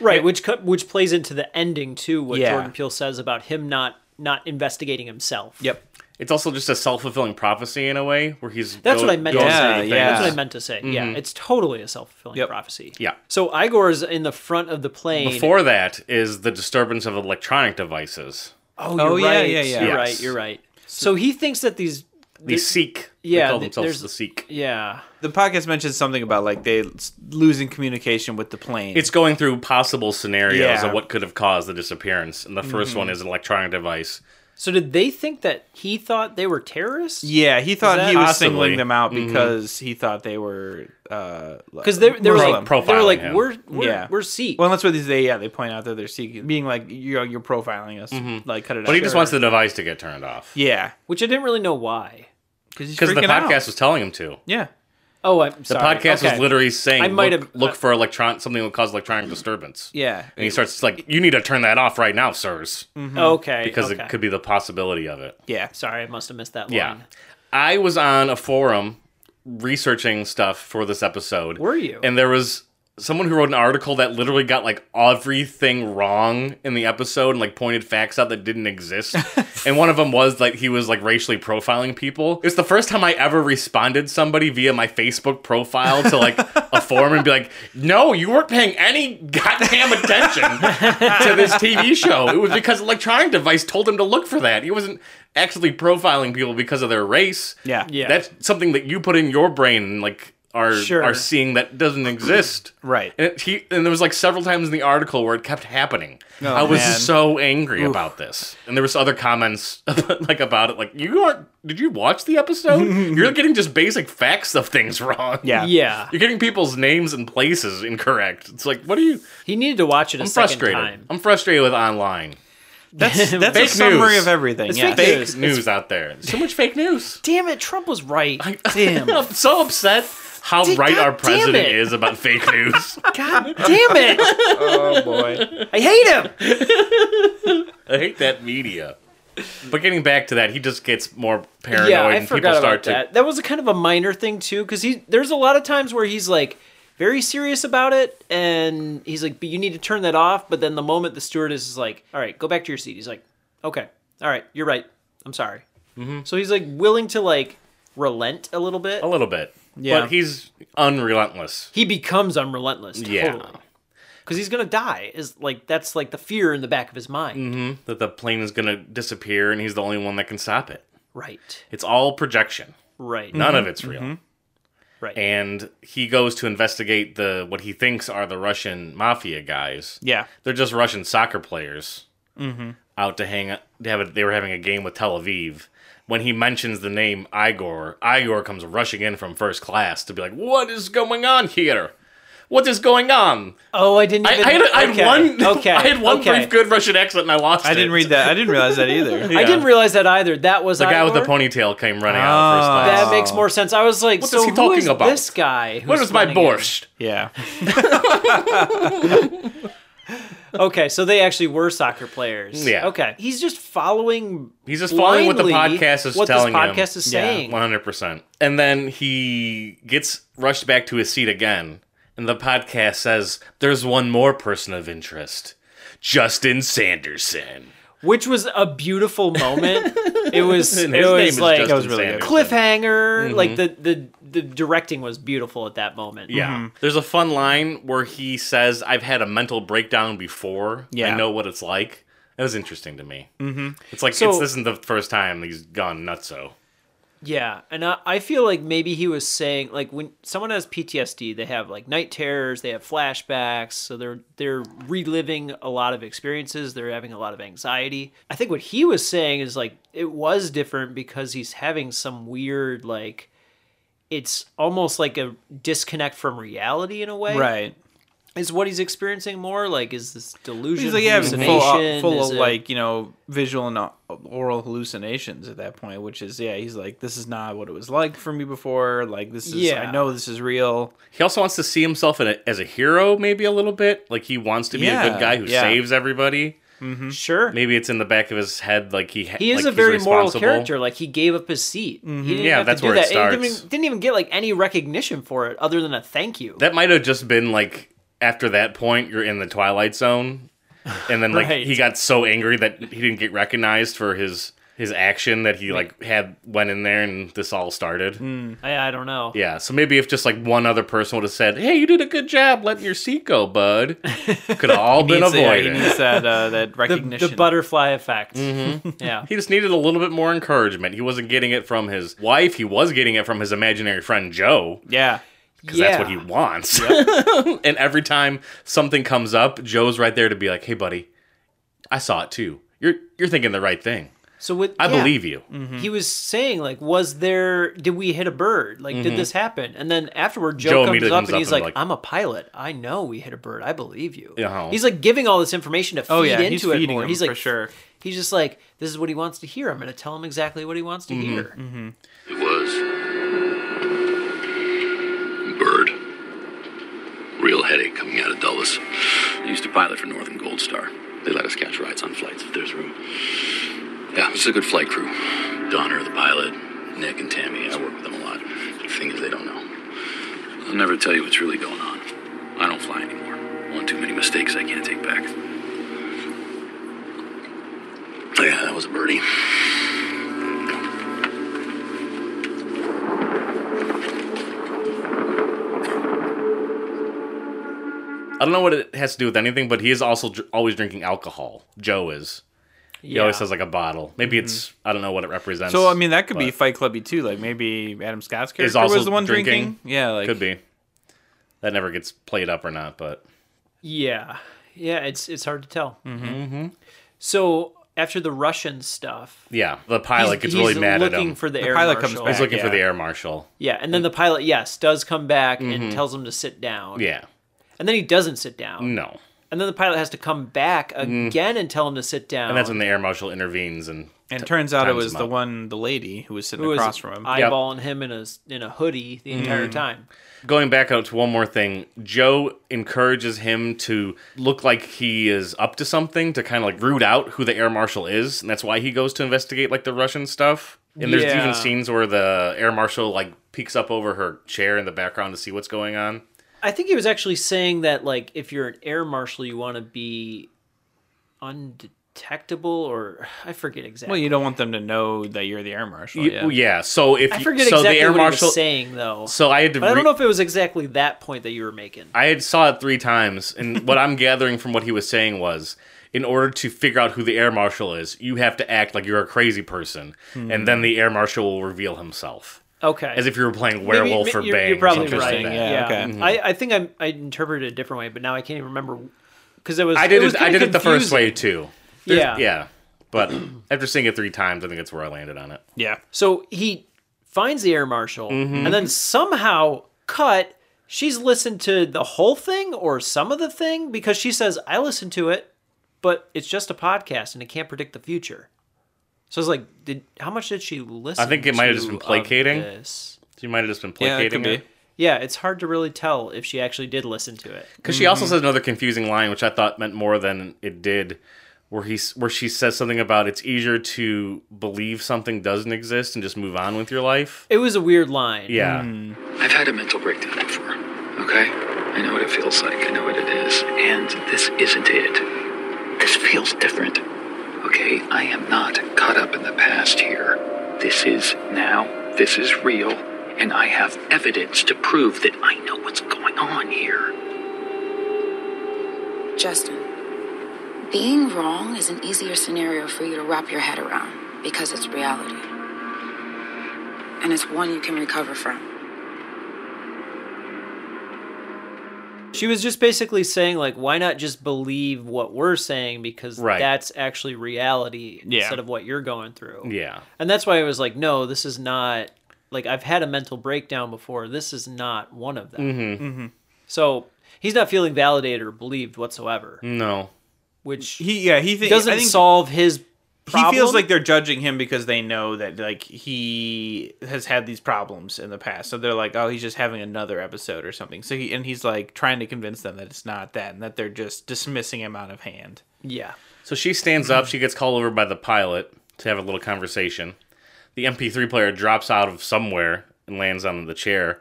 Speaker 3: right, which co- which plays into the ending too what
Speaker 4: Yeah.
Speaker 3: Jordan Peele says about him not not investigating himself.
Speaker 4: yep,
Speaker 2: it's also just a self fulfilling prophecy in a way where he's.
Speaker 3: That's
Speaker 2: go-
Speaker 3: what I meant
Speaker 2: going
Speaker 3: to
Speaker 4: Yeah,
Speaker 2: through
Speaker 3: say.
Speaker 2: things.
Speaker 4: yeah.
Speaker 3: That's what I meant to say. Yeah, it's totally a self-fulfilling
Speaker 4: Yep.
Speaker 3: prophecy.
Speaker 2: Yeah.
Speaker 3: So Igor's in the front of the plane.
Speaker 2: Before that is the disturbance of electronic devices.
Speaker 3: Oh,
Speaker 4: Oh,
Speaker 3: you're
Speaker 4: yeah,
Speaker 3: right.
Speaker 4: yeah, yeah.
Speaker 3: You're
Speaker 2: Yes.
Speaker 3: right. You're right. So he thinks that these
Speaker 2: The Seek.
Speaker 3: yeah,
Speaker 2: They call
Speaker 3: th-
Speaker 2: themselves
Speaker 3: there's-
Speaker 2: the Seek.
Speaker 3: yeah.
Speaker 4: the podcast mentioned something about like they s- losing communication with the plane.
Speaker 2: It's going through possible scenarios
Speaker 4: Yeah.
Speaker 2: of what could have caused the disappearance. And the 1st
Speaker 3: Mm-hmm.
Speaker 2: one is an electronic device.
Speaker 3: So did they think that he thought they were terrorists?
Speaker 4: yeah, he thought
Speaker 3: that-
Speaker 4: he was
Speaker 2: Possibly. Mm-hmm.
Speaker 4: singling them out because he thought they were because
Speaker 3: because they, they were like
Speaker 2: Profiling
Speaker 3: they were like
Speaker 2: him.
Speaker 3: we're we're,
Speaker 4: Yeah.
Speaker 3: we're Sikh.
Speaker 4: Well, that's what they yeah they point out that they're seeking, being like you're you're profiling us, like cut it out.
Speaker 2: Mm-hmm. But he just wants the device to get turned off.
Speaker 4: yeah
Speaker 3: which I didn't really know why.
Speaker 4: because
Speaker 2: Because the podcast was telling him to.
Speaker 4: yeah
Speaker 3: Oh, I'm
Speaker 2: The
Speaker 3: sorry.
Speaker 2: podcast
Speaker 3: okay.
Speaker 2: was literally saying,
Speaker 3: I might
Speaker 2: look,
Speaker 3: have- uh,
Speaker 2: look for electron something that will cause electronic disturbance.
Speaker 4: yeah
Speaker 2: And he starts like, you need to turn that off right now, sirs,
Speaker 3: okay
Speaker 2: because
Speaker 3: Mm, okay.
Speaker 2: it could be the possibility of it.
Speaker 4: yeah.
Speaker 3: Sorry, I must have missed that line.
Speaker 2: Yeah. I was on a forum researching stuff for this episode.
Speaker 3: Were you?
Speaker 2: And there was someone who wrote an article that literally got like everything wrong in the episode and like pointed facts out that didn't exist. and one of them was like he was like racially profiling people. It's the first time I ever responded somebody via my Facebook profile to like a forum and be like, "No, you weren't paying any goddamn attention to this TV show. It was because electronic device told him to look for that. He wasn't actually profiling people because of their race.
Speaker 4: Yeah.
Speaker 3: Yeah.
Speaker 2: That's something that you put in your brain and like are
Speaker 3: Sure.
Speaker 2: are seeing that doesn't exist.
Speaker 4: Right.
Speaker 2: And it- he and there was like several times in the article where it kept happening.
Speaker 4: Oh,
Speaker 2: I was
Speaker 4: man.
Speaker 2: so angry about this. And there was other comments like about it like you aren't did you watch the episode? You're getting just basic facts of things wrong.
Speaker 4: Yeah.
Speaker 3: Yeah,
Speaker 2: You're getting people's names and places incorrect. It's like what are you
Speaker 3: he needed to watch it a
Speaker 2: I'm
Speaker 3: second
Speaker 2: frustrated.
Speaker 3: time.
Speaker 2: I'm frustrated with online.
Speaker 4: That's that's a
Speaker 2: Fake
Speaker 4: summary
Speaker 2: news.
Speaker 4: of everything.
Speaker 3: It's
Speaker 4: yeah,
Speaker 3: fake
Speaker 2: Fake
Speaker 3: News.
Speaker 2: news out there. There's so much fake news.
Speaker 3: Damn it, Trump was right.
Speaker 4: Damn.
Speaker 2: I'm so upset how
Speaker 3: Dude,
Speaker 2: right our
Speaker 3: God damn
Speaker 2: president
Speaker 3: it.
Speaker 2: is about fake news.
Speaker 3: God damn it!
Speaker 4: oh boy.
Speaker 3: I hate him.
Speaker 2: I hate that media. But getting back to that, he just gets more paranoid
Speaker 3: Yeah, I
Speaker 2: and people
Speaker 3: forgot
Speaker 2: start
Speaker 3: about
Speaker 2: to
Speaker 3: that. That was a kind of a minor thing too, because he there's a lot of times where he's like very serious about it, and he's like, "But you need to turn that off." But then the moment the stewardess is like, "All right, go back to your seat," he's like, "Okay, all right, you're right. I'm sorry."
Speaker 2: Mm-hmm.
Speaker 3: So he's like willing to like relent a little bit.
Speaker 2: a little bit.
Speaker 4: Yeah.
Speaker 2: But he's unrelentless.
Speaker 3: He becomes unrelentless.
Speaker 2: Yeah.
Speaker 3: Totally. Because he's gonna die. Is like that's like the fear in the back of his mind.
Speaker 2: That the plane is going to disappear and he's the only one that can stop it.
Speaker 3: Right.
Speaker 2: It's all projection.
Speaker 3: Right.
Speaker 2: None of it's real.
Speaker 3: Mm-hmm. Right.
Speaker 2: And he goes to investigate the what he thinks are the Russian mafia guys.
Speaker 4: Yeah,
Speaker 2: They're just Russian soccer players
Speaker 3: Mm-hmm.
Speaker 2: out to hang. They have a, they were having a game with Tel Aviv. When he mentions the name Igor, Igor comes rushing in from first class to be like, "What is going on here? What is going on?"
Speaker 3: oh, I didn't.
Speaker 2: I,
Speaker 3: Even,
Speaker 2: I, had, I had
Speaker 3: okay.
Speaker 2: one.
Speaker 3: Okay.
Speaker 2: I had one
Speaker 3: okay.
Speaker 2: brief good Russian accent, and I lost.
Speaker 4: I didn't
Speaker 2: it.
Speaker 4: read that. I didn't realize that either.
Speaker 3: I
Speaker 2: Yeah.
Speaker 3: didn't realize that either. That was
Speaker 2: The guy with the
Speaker 3: Igor?
Speaker 2: ponytail came running out of first
Speaker 4: Ah.
Speaker 2: class.
Speaker 3: That makes more sense. I was like,
Speaker 2: What
Speaker 3: so
Speaker 2: is he
Speaker 3: who
Speaker 2: talking
Speaker 3: is
Speaker 2: about?
Speaker 3: this guy?
Speaker 2: Where's
Speaker 3: who's
Speaker 2: my
Speaker 3: running in?
Speaker 2: borscht?
Speaker 4: Yeah.
Speaker 3: Okay, so they actually were soccer players.
Speaker 2: Yeah.
Speaker 3: Okay. He's just following.
Speaker 2: He's just following what the
Speaker 3: blindly
Speaker 2: podcast is
Speaker 3: what
Speaker 2: telling
Speaker 3: this
Speaker 2: him.
Speaker 3: podcast is
Speaker 4: Yeah.
Speaker 3: saying.
Speaker 2: One hundred percent. And then he gets rushed back to his seat again, and the podcast says, "There's one more person of interest, Justin Sanderson."
Speaker 3: Which was a beautiful moment. it was.
Speaker 2: And
Speaker 3: it
Speaker 2: his name
Speaker 3: was
Speaker 2: is Mm-hmm.
Speaker 3: like
Speaker 2: Justin
Speaker 4: That was really good.
Speaker 2: Sanderson.
Speaker 3: cliffhanger. Like the the the directing was beautiful at that moment.
Speaker 2: Yeah. There's a fun line where he says, "I've had a mental breakdown before. I
Speaker 4: Yeah.
Speaker 2: know what it's like." That was interesting to me. Mm-hmm. It's like
Speaker 3: So-
Speaker 2: it's, this isn't the first time he's gone nuts. So
Speaker 3: Yeah, and I, I feel like maybe he was saying like when someone has PTSD, they have like night terrors, they have flashbacks, so they're they're reliving a lot of experiences, they're having a lot of anxiety. I think what he was saying is like it was different because he's having some weird like it's almost like a disconnect from reality in a way.
Speaker 4: right.
Speaker 3: Is what he's experiencing more like is this delusion
Speaker 4: He's like having full, uh,
Speaker 3: hallucination?
Speaker 4: full
Speaker 3: Is
Speaker 4: of
Speaker 3: it-
Speaker 4: like you know visual and uh, oral hallucinations at that point, which is yeah. He's like, this is not what it was like for me before. Like this is,
Speaker 3: Yeah.
Speaker 4: I know this is real.
Speaker 2: he also wants to see himself in a, as a hero, maybe a little bit. Like he wants to be a
Speaker 4: Yeah,
Speaker 2: good guy who
Speaker 4: yeah.
Speaker 2: saves everybody.
Speaker 3: sure.
Speaker 2: Maybe it's in the back of his head, like he ha-
Speaker 3: He
Speaker 2: like
Speaker 3: is a
Speaker 2: he's
Speaker 3: very moral
Speaker 2: responsible. Mm-hmm.
Speaker 3: character. Like he gave up his seat. He didn't
Speaker 2: Yeah,
Speaker 3: have to
Speaker 2: that's
Speaker 3: do
Speaker 2: where it
Speaker 3: that. And he
Speaker 2: starts.
Speaker 3: didn't, didn't even get like any recognition for it other than a thank you.
Speaker 2: That might have just been like after that point, you're in the twilight zone, and then like
Speaker 3: Right.
Speaker 2: he got so angry that he didn't get recognized for his his action that he like had went in there and this all started.
Speaker 3: Hmm. I, I don't know.
Speaker 2: Yeah, so maybe if just like one other person would have said, "Hey, you did a good job letting your seat go, bud," could have all been
Speaker 4: Needs, yeah, he
Speaker 2: avoided.
Speaker 4: needs that uh, that
Speaker 3: The,
Speaker 4: recognition.
Speaker 3: the butterfly effect.
Speaker 2: Mm-hmm.
Speaker 3: yeah.
Speaker 2: He just needed a little bit more encouragement. He wasn't getting it from his wife. He was getting it from his imaginary friend Joe.
Speaker 4: Yeah.
Speaker 2: because that's what he wants. and every time something comes up, Joe's right there to be like, "Hey, buddy, I saw it too. You're you're thinking the right thing.
Speaker 3: So with
Speaker 2: I
Speaker 3: yeah, Mm-hmm.
Speaker 2: believe you." Mm-hmm.
Speaker 3: He was saying like, was there? Did we hit a bird? Like, did this happen? And then afterward,
Speaker 2: Mm-hmm.
Speaker 3: Joe,
Speaker 2: Joe
Speaker 3: comes
Speaker 2: immediately
Speaker 3: up
Speaker 2: comes
Speaker 3: and
Speaker 2: up
Speaker 3: he's
Speaker 2: and
Speaker 3: like,
Speaker 2: like-
Speaker 3: "I'm a pilot. I know we hit a bird. I believe you."
Speaker 2: Uh-huh.
Speaker 3: He's like giving all this information to feed
Speaker 4: Oh, yeah,
Speaker 3: into
Speaker 4: he's
Speaker 3: it
Speaker 4: feeding
Speaker 3: more.
Speaker 4: him
Speaker 3: he's like,
Speaker 4: for sure.
Speaker 3: He's just like, "This is what he wants to hear. I'm going to tell him exactly what he wants to
Speaker 2: Mm-hmm.
Speaker 3: hear." Mm-hmm.
Speaker 5: It was. Bird. Real headache coming out of Dulles. I used to pilot for Northern Gold Star. They let us catch rides on flights if there's room. Yeah, it's a good flight crew. Donner, the pilot, Nick, and Tammy. I work with them a lot. The thing is, they don't know. They'll never tell you what's really going on. I don't fly anymore. One too many mistakes I can't take back. Oh, Yeah, that was a birdie.
Speaker 2: I don't know what it has to do with anything, but he is also dr- always drinking alcohol. Joe is. He always has like a bottle. Maybe it's I don't know what it represents.
Speaker 4: So I mean, that could be
Speaker 2: but-
Speaker 4: Fight Clubby too. Like maybe Adam Scott's
Speaker 2: Is
Speaker 4: character
Speaker 2: also
Speaker 4: was the one
Speaker 2: drinking.
Speaker 4: drinking. Yeah, like
Speaker 2: could be. That never gets played up or not, but
Speaker 3: Yeah, yeah, it's it's hard to tell. Mm-hmm. So after the Russian stuff,
Speaker 2: yeah, the pilot
Speaker 3: he's,
Speaker 2: gets
Speaker 3: he's
Speaker 2: really mad at
Speaker 3: looking
Speaker 2: him.
Speaker 3: for the, air
Speaker 4: pilot
Speaker 3: marshal.
Speaker 4: comes back.
Speaker 2: he's looking for
Speaker 4: yeah.
Speaker 2: the air marshal.
Speaker 3: Yeah, and then the pilot, yes, does come back and tells him to sit down.
Speaker 2: Yeah, Mm.
Speaker 3: and then he doesn't sit down,
Speaker 2: no,
Speaker 3: and then the pilot has to come back again and tell him to sit down.
Speaker 2: and that's when the air marshal intervenes and
Speaker 4: And it turns out it
Speaker 2: times
Speaker 4: was
Speaker 2: him
Speaker 4: the
Speaker 2: up.
Speaker 4: one, the lady who was sitting
Speaker 3: who is
Speaker 4: across from him.
Speaker 3: eyeballing him in a s- in a hoodie the entire time.
Speaker 2: Going back out to one more thing, Joe encourages him to look like he is up to something to kind of like root out who the air marshal is, and that's why he goes to investigate like the Russian stuff. And there's
Speaker 3: Yeah.
Speaker 2: even scenes where the air marshal like peeks up over her chair in the background to see what's going on.
Speaker 3: I think he was actually saying that like if you're an air marshal, you want to be undetectable, or I forget exactly.
Speaker 4: Well, you don't want them to know that you're the air marshal.
Speaker 2: Y-
Speaker 4: Yeah.
Speaker 2: well, Yeah. So if
Speaker 3: I
Speaker 2: you-
Speaker 3: forget
Speaker 2: so
Speaker 3: exactly
Speaker 2: the air
Speaker 3: what he
Speaker 2: marshal.
Speaker 3: was saying though.
Speaker 2: So I had to.
Speaker 3: but I
Speaker 2: re-
Speaker 3: don't know if it was exactly that point that you were making.
Speaker 2: I had saw it three times, and what I'm gathering from what he was saying was, in order to figure out who the air marshal is, you have to act like you're a crazy person,
Speaker 3: Hmm.
Speaker 2: and then the air marshal will reveal himself,
Speaker 3: Okay.
Speaker 2: as if you were playing
Speaker 3: Maybe-
Speaker 2: werewolf
Speaker 3: ma-
Speaker 2: or
Speaker 3: you're-
Speaker 2: bang.
Speaker 3: You're
Speaker 2: or
Speaker 3: probably
Speaker 2: something
Speaker 3: right.
Speaker 2: Like that.
Speaker 4: Yeah,
Speaker 3: Yeah.
Speaker 4: okay.
Speaker 3: Mhm. I, I think I'm, I interpreted it a different way, but now I can't even remember because it was.
Speaker 2: I did
Speaker 3: was
Speaker 2: it. I
Speaker 3: kinda
Speaker 2: did it the first
Speaker 3: confusing.
Speaker 2: way too.
Speaker 3: Yeah.
Speaker 2: Yeah, but after seeing it three times, I think that's where I landed on it.
Speaker 4: yeah.
Speaker 3: So he finds the air marshal, and then somehow cut. She's listened to the whole thing or some of the thing because she says I listened to it, but it's just a podcast and it can't predict the future. So I was like, did how much did she listen?
Speaker 2: think it might have just
Speaker 3: to
Speaker 2: been
Speaker 3: of
Speaker 2: placating.
Speaker 3: this?
Speaker 2: So you might have just been
Speaker 4: Yeah, it
Speaker 2: placating
Speaker 4: could
Speaker 2: it.
Speaker 4: be.
Speaker 3: yeah, it's hard to really tell if she actually did listen to it.
Speaker 2: Because she also says another confusing line, which I thought meant more than it did, where he where she says something about it's easier to believe something doesn't exist and just move on with your life.
Speaker 3: It was a weird line.
Speaker 2: Yeah,
Speaker 5: I've had a mental breakdown before, okay? I know what it feels like, I know what it is, and this isn't it. This feels different, okay? I am not caught up in the past here. This is now, this is real, and I have evidence to prove that I know what's going on here.
Speaker 7: Justin, being wrong is an easier scenario for you to wrap your head around because it's reality. And it's one you can recover from.
Speaker 3: She was just basically saying, like, why not just believe what we're saying because
Speaker 2: Right.
Speaker 3: that's actually reality
Speaker 4: Yeah.
Speaker 3: instead of what you're going through.
Speaker 2: yeah.
Speaker 3: And that's why I was like, no, this is not like I've had a mental breakdown before. This is not one of them. Mm-hmm. So he's not feeling validated or believed whatsoever,
Speaker 2: No,
Speaker 3: which
Speaker 4: He yeah he thi-
Speaker 3: doesn't
Speaker 4: I think
Speaker 3: solve his. Problem.
Speaker 4: He feels like they're judging him because they know that like he has had these problems in the past. So they're like, "Oh, he's just having another episode or something." So he and he's like trying to convince them that it's not that and that they're just dismissing him out of hand.
Speaker 3: yeah,
Speaker 2: So she stands up. She gets called over by the pilot to have a little conversation. The MP3 player drops out of somewhere and lands on the chair.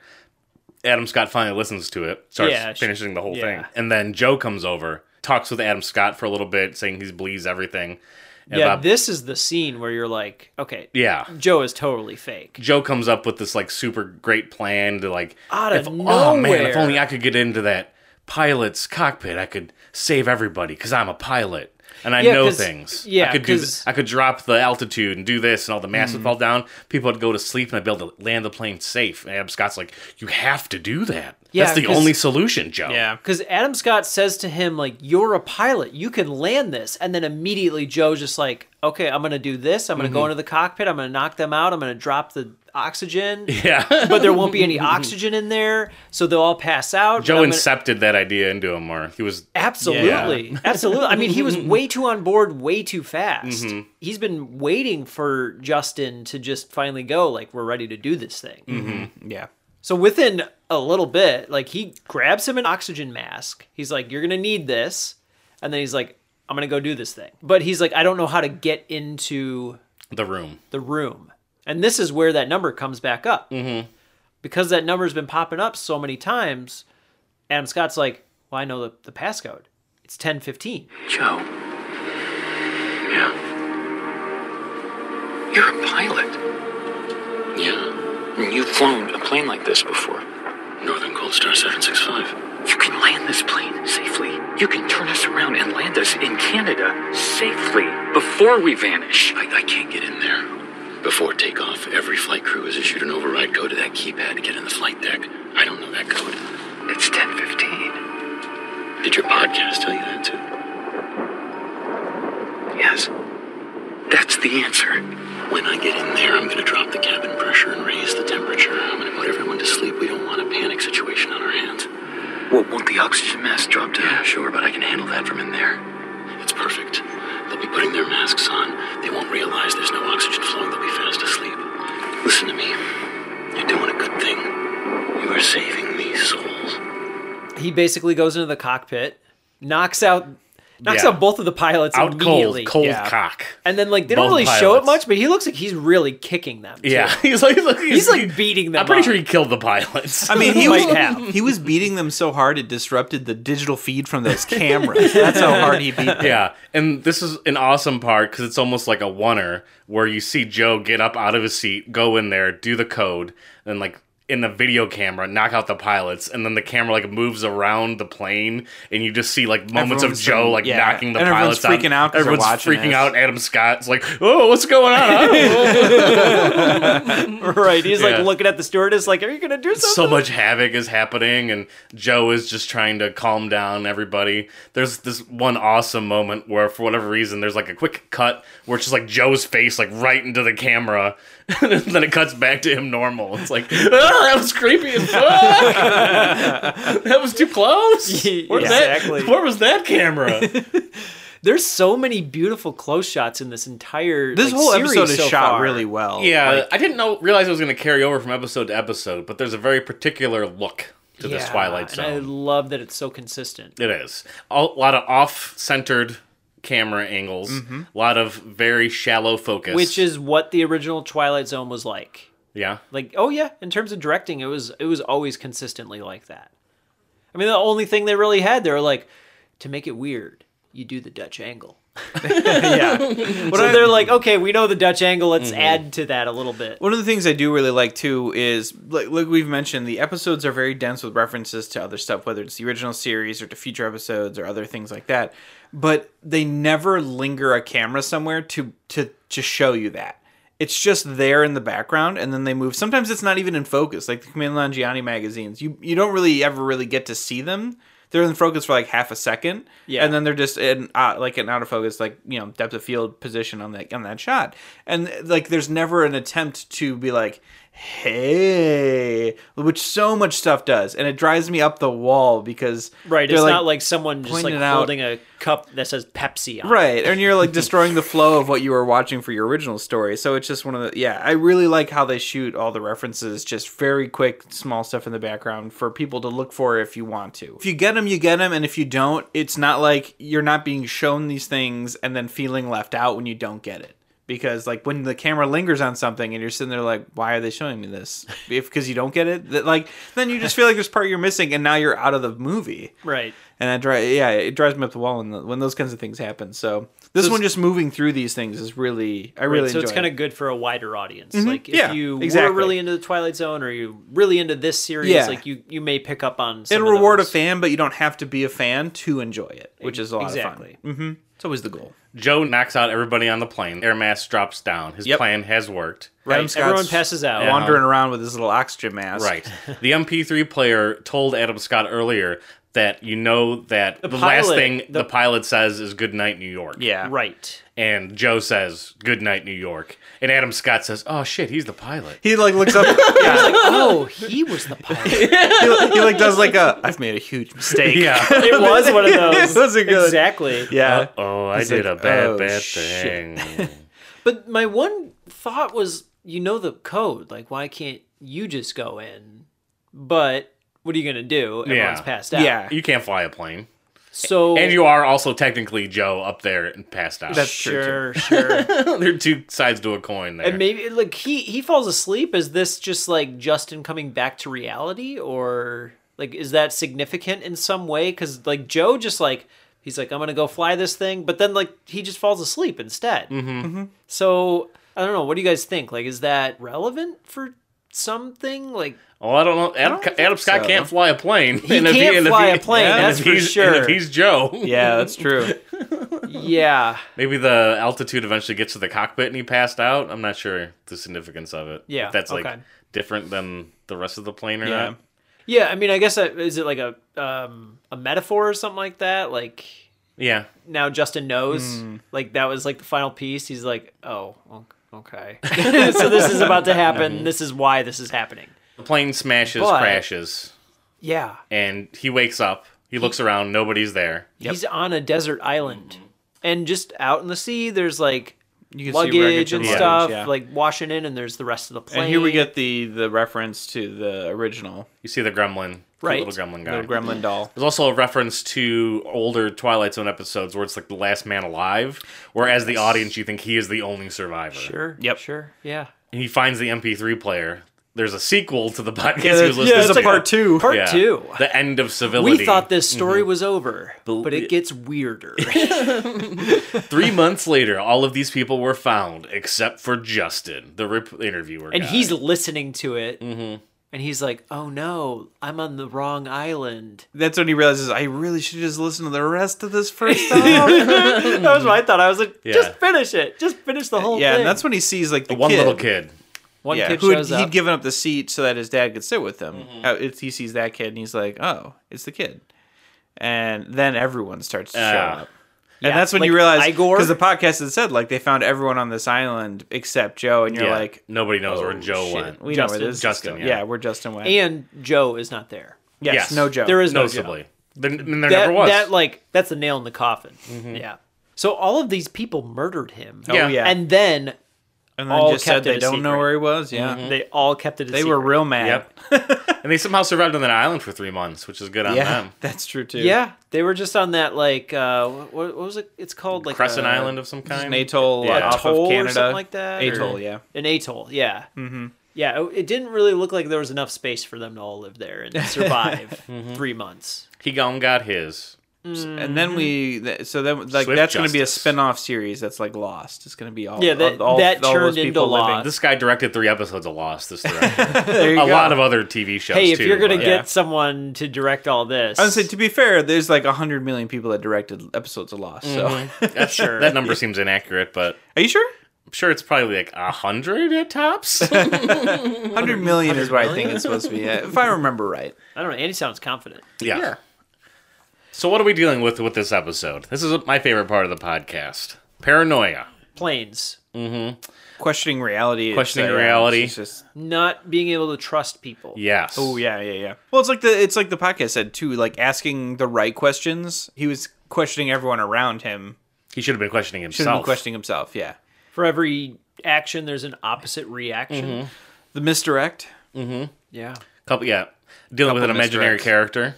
Speaker 2: Adam Scott finally listens to it, starts
Speaker 3: Yeah, she-
Speaker 2: finishing the whole
Speaker 3: yeah.
Speaker 2: thing. And then Joe comes over, talks with Adam Scott for a little bit, saying he believes everything. And
Speaker 3: yeah.
Speaker 2: about-
Speaker 3: This is the scene where you're like, okay,
Speaker 2: yeah.
Speaker 3: Joe is totally fake.
Speaker 2: Joe comes up with this like super great plan to like
Speaker 3: Out of
Speaker 2: if, Oh man, if
Speaker 3: nowhere.
Speaker 2: only I could get into that pilot's cockpit, I could save everybody because I'm a pilot and I
Speaker 3: Yeah,
Speaker 2: know
Speaker 3: 'cause-
Speaker 2: things.
Speaker 3: yeah,
Speaker 2: I could do. th-
Speaker 3: 'cause- Mm.
Speaker 2: I could drop the altitude and do this, and all the mass would fall down. People would go to sleep, and I'd be able to land the plane safe. And Adam Scott's like, "You have to do that.
Speaker 3: Yeah,
Speaker 2: That's the
Speaker 3: 'cause-
Speaker 2: only solution, Joe."
Speaker 4: Yeah.
Speaker 3: Because Adam Scott says to him, like, you're a pilot, you can land this. And then immediately Joe's just like, okay, I'm going to do this. I'm going to
Speaker 4: Mm-hmm.
Speaker 3: go into the cockpit. I'm going to knock them out. I'm going to drop the oxygen.
Speaker 2: yeah.
Speaker 3: but there won't be any oxygen in there. So they'll all pass out. but
Speaker 2: Joe
Speaker 3: I'm gonna-
Speaker 2: incepted that idea into him, or he was.
Speaker 3: Absolutely. Absolutely. I mean, he was way too on board way too fast. He's been waiting for Justin to just finally go, like, we're ready to do this thing.
Speaker 4: Yeah.
Speaker 3: So within a little bit, like he grabs him an oxygen mask. He's like, "You're gonna need this," and then he's like, "I'm gonna go do this thing." But he's like, "I don't know how to get into
Speaker 2: The room.
Speaker 3: the room," and this is where that number comes back up mm-hmm. because that number's been popping up so many times. Adam Scott's like, "Well, I know the, the passcode. It's ten fifteen.
Speaker 5: Joe. Yeah. You're a pilot. Yeah. You've flown a plane like this before. Northern Gold Star 765. You can land this plane safely. You can turn us around and land us in Canada safely before we vanish. I, I can't get in there. Before takeoff, every flight crew is issued an override code to that keypad to get in the flight deck. I don't know that code. It's 1015. Did your podcast tell you that too? Yes. That's the answer. When I get in there, I'm going to drop the cabin pressure and raise the temperature. I'm going to put everyone to sleep. We don't want a panic situation on our hands. Well, won't the oxygen mask drop down? Yeah, sure, but I can handle that from in there. It's perfect. They'll be putting their masks on. They won't realize there's no oxygen flowing. They'll be fast asleep. Listen to me. You're doing a good thing. You are saving these souls.
Speaker 3: He basically goes into the cockpit, knocks out, knocks
Speaker 2: Yeah.
Speaker 3: out both of the pilots
Speaker 2: Out cold,
Speaker 3: immediately.
Speaker 2: cold
Speaker 4: yeah.
Speaker 2: cock.
Speaker 3: And then like they don't
Speaker 2: Both
Speaker 3: really show it
Speaker 2: pilots.
Speaker 3: much, but he looks like he's really kicking them. too.
Speaker 2: Yeah, he's like he's,
Speaker 3: He's, like, beating them
Speaker 2: I'm pretty
Speaker 3: up.
Speaker 2: sure he killed the pilots.
Speaker 4: I mean, he was
Speaker 3: Might have.
Speaker 4: he was beating them so hard it disrupted the digital feed from those cameras. That's how hard he beat them.
Speaker 2: Yeah, and this is an awesome part because it's almost like a oneer where you see Joe get up out of his seat, go in there, do the code, and like in the video camera, knock out the pilots, and then the camera like moves around the plane, and you just see like moments
Speaker 4: Everyone's
Speaker 2: of Joe
Speaker 4: saying-
Speaker 2: like
Speaker 4: yeah,
Speaker 2: knocking the
Speaker 4: and everyone's
Speaker 2: pilots
Speaker 4: freaking out 'cause they're
Speaker 2: Everyone's
Speaker 4: watching
Speaker 2: freaking
Speaker 4: this.
Speaker 2: out. Adam Scott's like, "Oh, what's going on?" I don't know."
Speaker 3: Right. He's
Speaker 2: Yeah.
Speaker 3: like looking at the stewardess, like, "Are you gonna do something?"
Speaker 2: so much havoc is happening and joe is just trying to calm down everybody there's this one awesome moment where for whatever reason there's like a quick cut where it's just like joe's face like right into the camera and then it cuts back to him normal it's like "Ah, that was creepy as fuck that was too close
Speaker 3: Yeah,
Speaker 2: Where'd
Speaker 3: exactly.
Speaker 2: that, where was that camera
Speaker 3: There's so many beautiful close shots in this entire
Speaker 4: This
Speaker 3: like,
Speaker 4: whole
Speaker 3: series
Speaker 4: episode is
Speaker 3: so
Speaker 4: shot
Speaker 3: far.
Speaker 4: really well.
Speaker 2: Yeah, I didn't know realize it was going to carry over from episode to episode, but there's a very particular look to this
Speaker 3: Yeah,
Speaker 2: Twilight Zone.
Speaker 3: And I love that it's so consistent.
Speaker 2: It is a lot of off-centered camera angles,
Speaker 4: Mm-hmm.
Speaker 2: a lot of very shallow focus,
Speaker 3: Which is what the original Twilight Zone was like.
Speaker 2: yeah,
Speaker 3: Like, oh yeah, in terms of directing, it was it was always consistently like that. I mean, the only thing they really had, they were like, to make it weird, you do the Dutch angle.
Speaker 4: yeah. What
Speaker 3: so
Speaker 4: I-
Speaker 3: they're like, okay, we know the Dutch angle. Let's
Speaker 4: Mm-hmm.
Speaker 3: add to that a little bit.
Speaker 4: One of the things I do really like too is like, like we've mentioned, the episodes are very dense with references to other stuff, whether it's the original series or to future episodes or other things like that. But they never linger a camera somewhere to to to show you that. It's just there in the background, and then they move. Sometimes it's not even in focus, like the Command Line Gianni magazines. You you don't really ever really get to see them. They're in focus for like half a second,
Speaker 3: Yeah.
Speaker 4: and then they're just in uh, like an out of focus, like you know depth of field position on that on that shot, and like there's never an attempt to be like, hey, which so much stuff does, and it drives me up the wall because
Speaker 3: Right.
Speaker 4: they're,
Speaker 3: It's not like someone just like
Speaker 4: pointing it out.
Speaker 3: holding a cup that says Pepsi on. it.
Speaker 4: Right, and you're like destroying the flow of what you were watching for your original story. So it's just one of the yeah. I really like how they shoot all the references, just very quick, small stuff in the background for people to look for if you want to. If you get them, you get them, and if you don't, it's not like you're not being shown these things and then feeling left out when you don't get it. Because like when the camera lingers on something and you're sitting there like, why are they showing me this? If because you don't get it, that like then you just feel like there's part you're missing, and now you're out of the movie.
Speaker 3: Right.
Speaker 4: And that drive, yeah, it drives me up the wall when, the, when those kinds of things happen. So this one, just moving through these things is really, I really
Speaker 3: Right, so
Speaker 4: enjoy.
Speaker 3: it's
Speaker 4: it. Mm-hmm.
Speaker 3: kind of good for a wider audience. Like if
Speaker 4: Yeah,
Speaker 3: you
Speaker 4: exactly.
Speaker 3: were really into the Twilight Zone or you really into this series,
Speaker 4: Yeah.
Speaker 3: like you you may pick up on. Some
Speaker 4: it'll
Speaker 3: of
Speaker 4: reward a
Speaker 3: those.
Speaker 4: fan, but you don't have to be a fan to enjoy it, which is a lot
Speaker 3: Exactly.
Speaker 4: of fun. hmm It's always the goal.
Speaker 2: Joe knocks out everybody on the plane. Air mass drops down. His
Speaker 4: Yep.
Speaker 2: plan has worked.
Speaker 4: Right.
Speaker 3: Everyone passes out.
Speaker 4: wandering around with his little oxygen mask.
Speaker 2: Right. the MP3 player told Adam Scott earlier that you know that the, last
Speaker 3: pilot-
Speaker 2: thing the,
Speaker 3: the-
Speaker 2: pilot says is "Good night, New York."
Speaker 4: Yeah.
Speaker 3: Right.
Speaker 2: And Joe says "Good night, New York," and Adam Scott says, "Oh shit, he's the pilot."
Speaker 4: He like looks up. yeah,
Speaker 3: Oh, he was the pilot.
Speaker 4: he, he like does like a. I've made a huge mistake.
Speaker 2: Yeah.
Speaker 3: it was one of those.
Speaker 4: It was a good-
Speaker 3: Exactly.
Speaker 4: Yeah.
Speaker 2: oh, I
Speaker 4: He's
Speaker 2: did
Speaker 4: like,
Speaker 2: a bad,
Speaker 4: "Oh,
Speaker 2: bad
Speaker 4: shit."
Speaker 2: thing.
Speaker 3: But my one thought was, you know the code. Like, why can't you just go in? But what are you gonna do? Everyone's
Speaker 2: Yeah.
Speaker 3: passed out.
Speaker 4: Yeah.
Speaker 2: you can't fly a plane.
Speaker 3: So
Speaker 2: And you are also technically Joe up there and passed out.
Speaker 4: That's
Speaker 3: sure,
Speaker 4: true.
Speaker 3: sure.
Speaker 2: there are two sides to a coin there.
Speaker 3: And maybe like he he falls asleep. Is this just like Justin coming back to reality, or like is that significant in some way? Because like Joe just like he's like I'm gonna go fly this thing, but then like he just falls asleep instead. Mm-hmm. So I don't know. What do you guys think? Like, is that relevant for something? Like,
Speaker 2: oh, I don't know. Adam, Adam Scott
Speaker 4: so.
Speaker 2: can't fly a plane. He
Speaker 3: can't fly a plane, that's for
Speaker 2: he's,
Speaker 3: sure.
Speaker 2: And if he's Joe,
Speaker 4: Yeah, that's true.
Speaker 3: yeah,
Speaker 2: maybe the altitude eventually gets to the cockpit and he passed out. I'm not sure the significance of it.
Speaker 3: Yeah,
Speaker 2: If that's like
Speaker 3: okay.
Speaker 2: different than the rest of the plane or
Speaker 4: Yeah.
Speaker 2: not.
Speaker 3: yeah. I mean, I guess uh, is it like a um a metaphor or something like that? Like.
Speaker 2: Yeah.
Speaker 3: now Justin knows.
Speaker 4: Hmm.
Speaker 3: Like that was like the final piece. He's like, oh, o- okay. so this is about to happen. This is why this is happening.
Speaker 2: The plane smashes,
Speaker 3: But-
Speaker 2: crashes,
Speaker 3: Yeah,
Speaker 2: and he wakes up. He looks around. Nobody's there.
Speaker 3: he's on a desert island, and just out in the sea, there's like
Speaker 4: Hmm. You can see
Speaker 3: luggage
Speaker 4: wreckage
Speaker 3: and
Speaker 4: luggage,
Speaker 3: stuff
Speaker 4: yeah.
Speaker 3: like washing in, and there's the rest of the plane.
Speaker 4: and here we get the the reference to the original
Speaker 2: You see the gremlin. cute
Speaker 3: Right.
Speaker 2: Little gremlin guy.
Speaker 4: the Gremlin doll.
Speaker 2: There's also a reference to older Twilight Zone episodes where it's like the last man alive, where as the audience you think he is the only survivor.
Speaker 3: sure.
Speaker 4: Yep.
Speaker 3: Sure. Yeah.
Speaker 2: And he finds the MP3 player. There's a sequel to the podcast he was
Speaker 4: there's,
Speaker 2: listening
Speaker 4: there's
Speaker 2: to.
Speaker 4: a part two.
Speaker 3: Part
Speaker 2: Yeah.
Speaker 3: two.
Speaker 2: The end of civility.
Speaker 3: We thought this story
Speaker 4: Mm-hmm.
Speaker 3: was over,
Speaker 2: Bel-
Speaker 3: but it gets weirder.
Speaker 2: Three months later, all of these people were found except for Justin, the rep- interviewer.
Speaker 3: and
Speaker 2: guy.
Speaker 3: he's listening to it,
Speaker 4: Mm-hmm.
Speaker 3: and he's like, "Oh no, I'm on the wrong island."
Speaker 4: That's when he realizes I really should just listen to the rest of this first time.
Speaker 3: That was what I thought. I was like,
Speaker 2: Yeah.
Speaker 3: just finish it. Just finish the whole
Speaker 4: yeah,
Speaker 3: thing.
Speaker 4: and that's when he sees like the
Speaker 2: one
Speaker 4: kid,
Speaker 2: little kid.
Speaker 3: one
Speaker 4: yeah,
Speaker 3: kid
Speaker 4: who had,
Speaker 3: shows up. Mm-hmm.
Speaker 4: he'd given up the seat so that his dad could sit with him. Uh, it's, he sees that kid and he's like, "Oh, it's the kid," and then everyone starts to show
Speaker 2: Ah.
Speaker 4: up.
Speaker 3: Yeah,
Speaker 4: and that's when
Speaker 3: like
Speaker 4: you realize
Speaker 3: Igor.
Speaker 4: because the podcast had said like they found everyone on this island except Joe, and you're
Speaker 2: Yeah.
Speaker 4: like,
Speaker 2: nobody knows where
Speaker 4: "Oh,
Speaker 2: Joe
Speaker 4: shit,
Speaker 2: went.
Speaker 4: We know
Speaker 3: Justin.
Speaker 4: where this is
Speaker 2: Justin,
Speaker 4: going."
Speaker 2: yeah.
Speaker 4: yeah. we're Justin Wayne.
Speaker 3: and Joe is not there.
Speaker 4: yes,
Speaker 2: Yes.
Speaker 4: no Joe.
Speaker 3: There is no Joe.
Speaker 2: Noticeably. There, there
Speaker 3: That,
Speaker 2: never was.
Speaker 3: that like that's the nail in the coffin. Yeah. So all of these people murdered him.
Speaker 2: Yeah.
Speaker 4: Mm-hmm. Oh, yeah.
Speaker 3: And then
Speaker 4: And
Speaker 3: all
Speaker 4: then just said
Speaker 3: kept it
Speaker 4: they
Speaker 3: a
Speaker 4: don't
Speaker 3: secret.
Speaker 4: know
Speaker 3: Mm-hmm.
Speaker 4: where he was. Yeah.
Speaker 3: they all kept it a
Speaker 4: Mm-hmm. They were
Speaker 3: secret.
Speaker 4: real mad.
Speaker 2: Yep. and they somehow survived on that island for three months, which is good on
Speaker 4: Yeah,
Speaker 2: them.
Speaker 4: that's true too.
Speaker 3: Yeah, they were just on that like uh what, what was it? It's called like uh,
Speaker 2: Crescent
Speaker 3: a-
Speaker 2: Island of some kind.
Speaker 4: an atoll
Speaker 2: Yeah.
Speaker 4: uh, off
Speaker 3: Atoll
Speaker 4: of
Speaker 3: or
Speaker 4: Canada,
Speaker 3: something like that, or-
Speaker 4: Atoll, yeah.
Speaker 3: An atoll, yeah. Mm-hmm. Yeah, it, it didn't really look like there was enough space for them to all live there and survive
Speaker 4: Mm-hmm.
Speaker 3: three months.
Speaker 2: He gone got his.
Speaker 4: And then we,
Speaker 3: Mm.
Speaker 4: th- so then like
Speaker 2: Swift
Speaker 4: that's going to be a
Speaker 2: justice.
Speaker 4: spin-off series that's like Lost. It's going to be all
Speaker 3: Yeah, that-
Speaker 4: all,
Speaker 3: that
Speaker 4: all those
Speaker 3: turned into
Speaker 4: people living.
Speaker 3: Lost.
Speaker 2: This guy directed three episodes of Lost. This director.
Speaker 4: There you
Speaker 2: a
Speaker 4: go.
Speaker 2: lot of other TV shows.
Speaker 3: hey, if
Speaker 2: too,
Speaker 3: you're gonna
Speaker 2: but-
Speaker 3: get
Speaker 4: yeah.
Speaker 3: someone to direct all this,
Speaker 4: I would say to be fair, there's like hundred million people that directed episodes of Lost. So
Speaker 3: Mm-hmm.
Speaker 2: That- that number seems inaccurate, but
Speaker 4: are you sure?
Speaker 2: I'm sure it's probably like a hundred at tops.
Speaker 4: Hundred million is what I think it's supposed to be, yeah, if I remember right.
Speaker 3: I don't know. Andy sounds confident.
Speaker 2: Yeah. So what are we dealing with with this episode? This is my favorite part of the podcast. Paranoia.
Speaker 3: Planes
Speaker 4: Questioning reality. it's,
Speaker 2: Questioning
Speaker 4: yeah,
Speaker 2: reality.
Speaker 4: it's just-
Speaker 3: not being able to trust people.
Speaker 2: Yes.
Speaker 4: Oh yeah, yeah, yeah. Well, it's like the it's like the podcast said too. Like asking the right questions. He was questioning everyone around him.
Speaker 2: He should have been questioning
Speaker 4: Shouldn't
Speaker 2: himself.
Speaker 4: be questioning himself. Yeah,
Speaker 3: For every action, there's an opposite reaction.
Speaker 4: Mm-hmm. the misdirect.
Speaker 3: Yeah.
Speaker 2: Couple, yeah. Dealing with an
Speaker 4: Couple
Speaker 2: imaginary
Speaker 4: misdirects.
Speaker 2: character.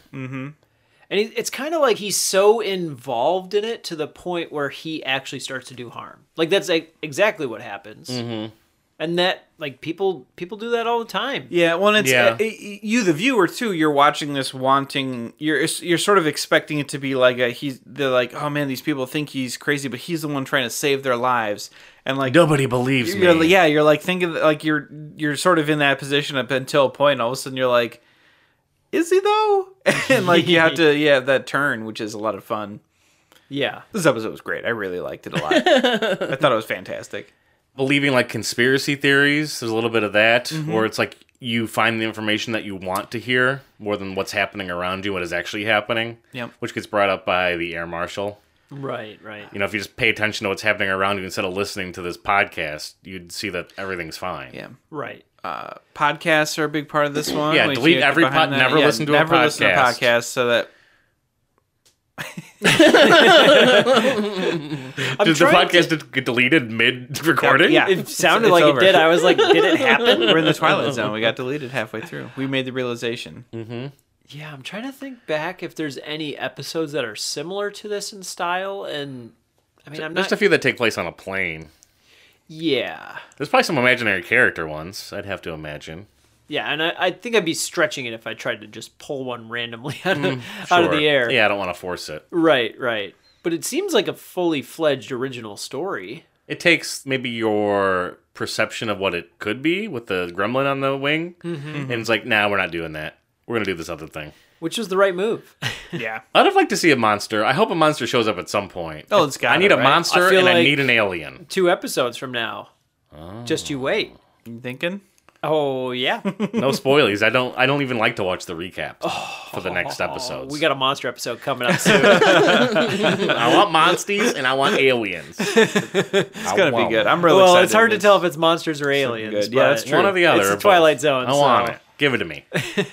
Speaker 3: And it- it's kind of like he's so involved in it to the point where he actually starts to do harm. Like that's like exactly what happens.
Speaker 4: Mm-hmm.
Speaker 3: And that like people people do that all the time.
Speaker 4: Yeah, well, and it's
Speaker 2: Yeah.
Speaker 4: uh, y- you, the viewer too. You're watching this, wanting you're you're sort of expecting it to be like a he's they're like, oh man, these people think he's crazy, but he's the one trying to save their lives, and like
Speaker 2: Nobody believes
Speaker 4: you're,
Speaker 2: me.
Speaker 4: yeah, you're like thinking like you're you're sort of in that position up until a point. All of a sudden, you're like, is he though? and like you have to yeah that turn, which is a lot of fun.
Speaker 3: Yeah.
Speaker 4: This episode was great. I really liked it a lot. I thought it was fantastic.
Speaker 2: Believing like conspiracy theories. There's a little bit of that
Speaker 3: Mm-hmm.
Speaker 2: where it's like you find the information that you want to hear more than what's happening around you, what is actually happening.
Speaker 4: Yep.
Speaker 2: Which gets brought up by the air marshal.
Speaker 3: Right, right.
Speaker 2: You know, if you just pay attention to what's happening around you instead of listening to this podcast, you'd see that everything's fine.
Speaker 4: Yeah.
Speaker 3: Right.
Speaker 4: podcasts are a big part of this one.
Speaker 2: Yeah,
Speaker 4: We
Speaker 2: delete
Speaker 4: should get
Speaker 2: every
Speaker 4: behind
Speaker 2: pod-
Speaker 4: that.
Speaker 2: never listen to a
Speaker 4: never listen to
Speaker 2: podcast.
Speaker 4: podcasts so that
Speaker 3: I'm
Speaker 2: Did the
Speaker 3: trying
Speaker 2: podcast get deleted mid recording?
Speaker 4: Yeah.
Speaker 3: it sounded
Speaker 4: It's
Speaker 3: like
Speaker 4: over.
Speaker 3: it did. I was like, did it happen?
Speaker 4: we're in the twilight zone. We got deleted halfway through. We made the realization.
Speaker 3: Yeah, I'm trying to think back if there's any episodes that are similar to this in style and I mean, I'm
Speaker 2: There's
Speaker 3: not.
Speaker 2: a few that take place on a plane.
Speaker 3: yeah,
Speaker 2: There's probably some imaginary character ones, I'd have to imagine.
Speaker 3: yeah, and I, I think I'd be stretching it if I tried to just pull one randomly out of, out
Speaker 2: Mm,
Speaker 3: of
Speaker 2: Sure.
Speaker 3: the air.
Speaker 2: Yeah, I don't want to force it.
Speaker 3: Right, right. But it seems like a fully fledged original story.
Speaker 2: It takes maybe your perception of what it could be with the gremlin on the wing,
Speaker 3: Mm-hmm.
Speaker 2: and it's like, nah, we're not doing that. We're going to do this other thing.
Speaker 3: Which was the right move.
Speaker 4: Yeah.
Speaker 2: I'd have liked to see a monster. I hope a monster shows up at some point.
Speaker 4: Oh, it's got.
Speaker 2: I need a
Speaker 4: right?
Speaker 2: monster
Speaker 3: I feel
Speaker 2: and I
Speaker 3: like-
Speaker 2: need an alien.
Speaker 3: Two episodes from now. Just you wait.
Speaker 4: You thinking?
Speaker 3: Oh yeah.
Speaker 2: No spoilies. I don't. I don't even like to watch the recap for the next episodes.
Speaker 3: we got a monster episode coming up soon.
Speaker 2: I want monsters and I want aliens. it's
Speaker 4: It's gonna be good. I'm really
Speaker 3: well,
Speaker 4: excited.
Speaker 3: it's hard to tell if it's monsters or aliens.
Speaker 4: good. Yeah,
Speaker 3: but
Speaker 4: that's true.
Speaker 2: One or the other.
Speaker 3: It's
Speaker 2: or
Speaker 3: the
Speaker 2: both.
Speaker 3: Twilight Zone.
Speaker 2: I want
Speaker 3: so-
Speaker 2: it. Give it to me.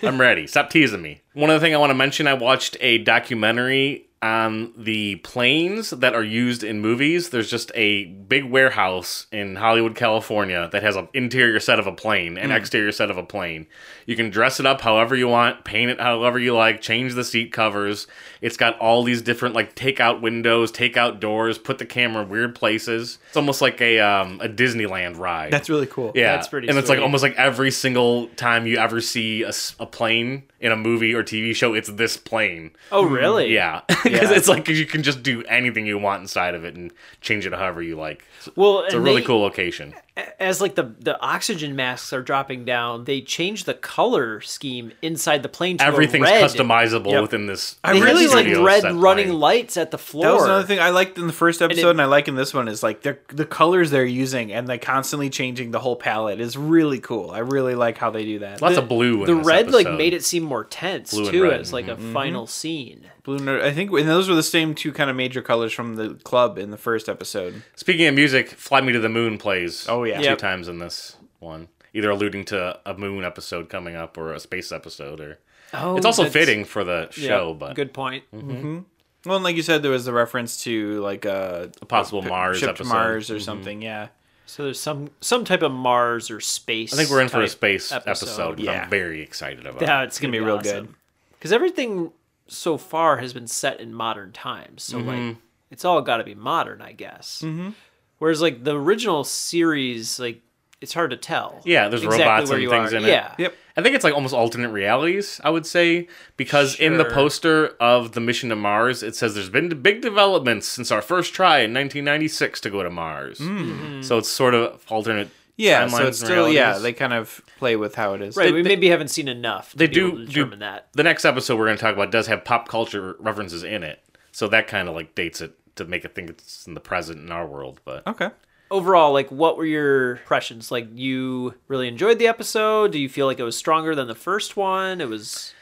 Speaker 2: I'm ready. Stop teasing me. One other thing I want to mention I watched a documentary on the planes that are used in movies. There's just a big warehouse in Hollywood, California that has an interior set of a plane,
Speaker 3: Hmm.
Speaker 2: an exterior set of a plane. You can dress it up however you want, paint it however you like, change the seat covers. It's got all these different like take out windows, take out doors, put the camera in weird places. It's almost like a um, a Disneyland ride.
Speaker 4: That's really cool.
Speaker 2: Yeah,
Speaker 3: That's pretty
Speaker 2: And it's like
Speaker 3: sweet.
Speaker 2: almost like every single time you ever see a, s- a plane in a movie or TV show, it's this plane.
Speaker 3: Oh really?
Speaker 2: Mm, Yeah, because it's like you can just do anything you want inside of it and change it however you like. It's,
Speaker 3: Well,
Speaker 2: it's a
Speaker 3: and
Speaker 2: really
Speaker 3: they-
Speaker 2: cool location.
Speaker 3: As like the the oxygen masks are dropping down, they change the color scheme inside the plane. To a
Speaker 2: Everything's
Speaker 3: red.
Speaker 2: customizable
Speaker 3: Yep.
Speaker 2: within this.
Speaker 3: They
Speaker 4: really
Speaker 3: really like
Speaker 2: studio
Speaker 3: red
Speaker 2: set
Speaker 3: running
Speaker 2: plane.
Speaker 3: lights at the floor.
Speaker 4: That was another thing I liked in the first episode, and,
Speaker 3: it-
Speaker 4: I like in this one is like the the colors they're using and they constantly changing the whole palette is really cool. I really like how they do that.
Speaker 2: Lots of blue. In
Speaker 3: the
Speaker 2: this
Speaker 3: red like
Speaker 2: episode.
Speaker 3: made it seem more tense
Speaker 2: Blue and
Speaker 3: too
Speaker 2: red,
Speaker 3: as like a final scene
Speaker 4: Blue, ner- I think, and those were the same two kind of major colors from the club in the first episode.
Speaker 2: Speaking of music, "Fly Me to the Moon" plays.
Speaker 4: Oh, yeah.
Speaker 2: two
Speaker 4: Yep.
Speaker 2: times in this one. Either alluding to a moon episode coming up or a space episode, or
Speaker 3: oh
Speaker 2: it's also
Speaker 3: that's-
Speaker 2: fitting for the show.
Speaker 3: yeah,
Speaker 2: but Mm-hmm.
Speaker 3: good point
Speaker 4: Well, and like you said, there was the reference to like a,
Speaker 2: A possible Mars
Speaker 4: ship to
Speaker 2: episode. Mm-hmm.
Speaker 4: Mars or something. Yeah,
Speaker 3: So there's some some type of Mars or space.
Speaker 2: I think we're in for a
Speaker 3: type
Speaker 2: space episode, which
Speaker 4: yeah.
Speaker 2: I'm very excited about.
Speaker 3: Yeah, it's gonna,
Speaker 4: be
Speaker 3: be,
Speaker 4: real
Speaker 3: real good. Because everything so far has been set in modern times, so
Speaker 2: Mm-hmm.
Speaker 3: like it's all got to be modern, I guess. Mm-hmm. Whereas like the original series, like it's hard to tell.
Speaker 2: Yeah, there's robots
Speaker 3: where
Speaker 2: and
Speaker 3: you
Speaker 2: things
Speaker 3: are.
Speaker 2: in it.
Speaker 3: yeah.
Speaker 4: Yep.
Speaker 2: I think it's like almost alternate realities, I would say, because in the
Speaker 3: Sure.
Speaker 2: poster of the mission to Mars, it says there's been big developments since our first try in 1996 to go to Mars.
Speaker 4: Hmm.
Speaker 2: So it's sort of alternate.
Speaker 4: yeah.
Speaker 2: timelines
Speaker 4: So it's
Speaker 2: and
Speaker 4: still yeah.
Speaker 2: realities.
Speaker 4: They kind of play with how it is.
Speaker 3: Right, we maybe haven't seen enough. To
Speaker 2: they
Speaker 3: be able
Speaker 2: do,
Speaker 3: to
Speaker 2: do
Speaker 3: determine that.
Speaker 2: the next episode we're going to talk about does have pop culture references in it, so that kind of like dates it to make it think it's in the present in our world. But
Speaker 4: Okay.
Speaker 3: Overall, like, what were your impressions? Like, you really enjoyed the episode? Do you feel like it was stronger than the first one? It was.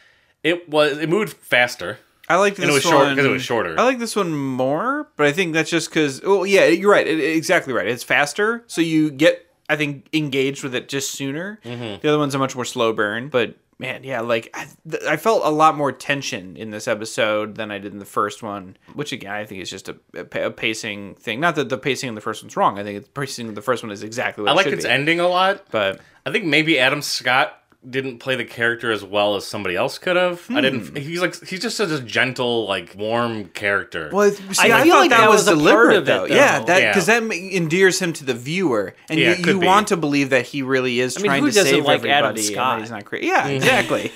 Speaker 2: it was it moved faster.
Speaker 4: I like this
Speaker 2: And it was
Speaker 4: one.
Speaker 2: short- 'cause it was shorter.
Speaker 4: I like this one more, but I think that's just because. Well, yeah, you're right. It, it- exactly right. It's faster, so you get I think engaged with it just sooner.
Speaker 2: Mm-hmm.
Speaker 4: The other one's a much more slow burn, but man, yeah, like I, th- I felt a lot more tension in this episode than I did in the first one, which again I think is just a, a pa- a pacing thing. Not that the pacing in the first one's wrong. I think the pacing of the first one is exactly what
Speaker 2: I
Speaker 4: it
Speaker 2: like
Speaker 4: should
Speaker 2: its
Speaker 4: be.
Speaker 2: ending a lot.
Speaker 4: But
Speaker 2: I think maybe Adam Scott didn't play the character as well as somebody else could have. I didn't. He's like he's just such a gentle, like warm character.
Speaker 4: Well, it's- see, I,
Speaker 3: feel
Speaker 4: thought
Speaker 3: like
Speaker 4: that,
Speaker 3: that
Speaker 4: was
Speaker 3: was a part
Speaker 4: deliberate,
Speaker 3: of it,
Speaker 4: though.
Speaker 3: though.
Speaker 4: Yeah, that
Speaker 2: Yeah.
Speaker 4: because that ma- endears him to the viewer, and
Speaker 2: Yeah, it
Speaker 4: you,
Speaker 2: could
Speaker 4: you
Speaker 2: be.
Speaker 4: want to believe that he really is
Speaker 3: mean,
Speaker 4: trying
Speaker 3: who
Speaker 4: to
Speaker 3: doesn't
Speaker 4: save
Speaker 3: like Adam
Speaker 4: everybody. and that
Speaker 3: Scott?
Speaker 4: he's not crazy. Yeah, exactly.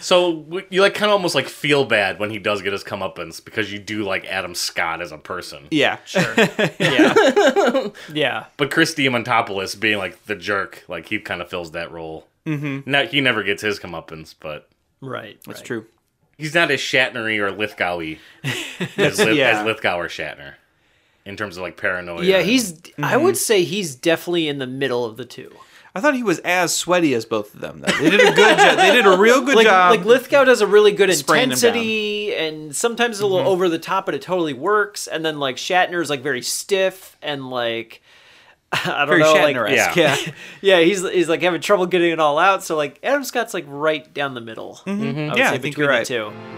Speaker 2: so w- you like kind of almost like feel bad when he does get his comeuppance because you do like Adam Scott as a person.
Speaker 4: yeah, sure.
Speaker 3: Yeah. yeah.
Speaker 2: But Chris Diamantopoulos being like the jerk, like he kind of fills that role. Mm-hmm. Now he never gets his comeuppance, but
Speaker 3: Right.
Speaker 4: That's true.
Speaker 2: he's not as Shatnery or Lithgowy as, Lith-
Speaker 4: yeah.
Speaker 2: as Lithgow or Shatner in terms of like paranoia.
Speaker 3: Yeah, Mm-hmm.
Speaker 2: and-
Speaker 3: he's. I would say he's definitely in the middle of the two.
Speaker 4: I thought he was as sweaty as both of them. Though they did a good job. They did a real good
Speaker 3: Like,
Speaker 4: job.
Speaker 3: like Lithgow does a really good
Speaker 4: Spraying him
Speaker 3: intensity, and sometimes it's a little over the top, but it totally works. And then like Shatner's like very stiff and like I don't
Speaker 4: Very
Speaker 3: know, like
Speaker 4: Shatner-esque. Yeah.
Speaker 3: yeah, he's he's like having trouble getting it all out. So like Adam Scott's like right down the middle. Mm-hmm.
Speaker 4: Yeah, I think you're right.
Speaker 3: The two.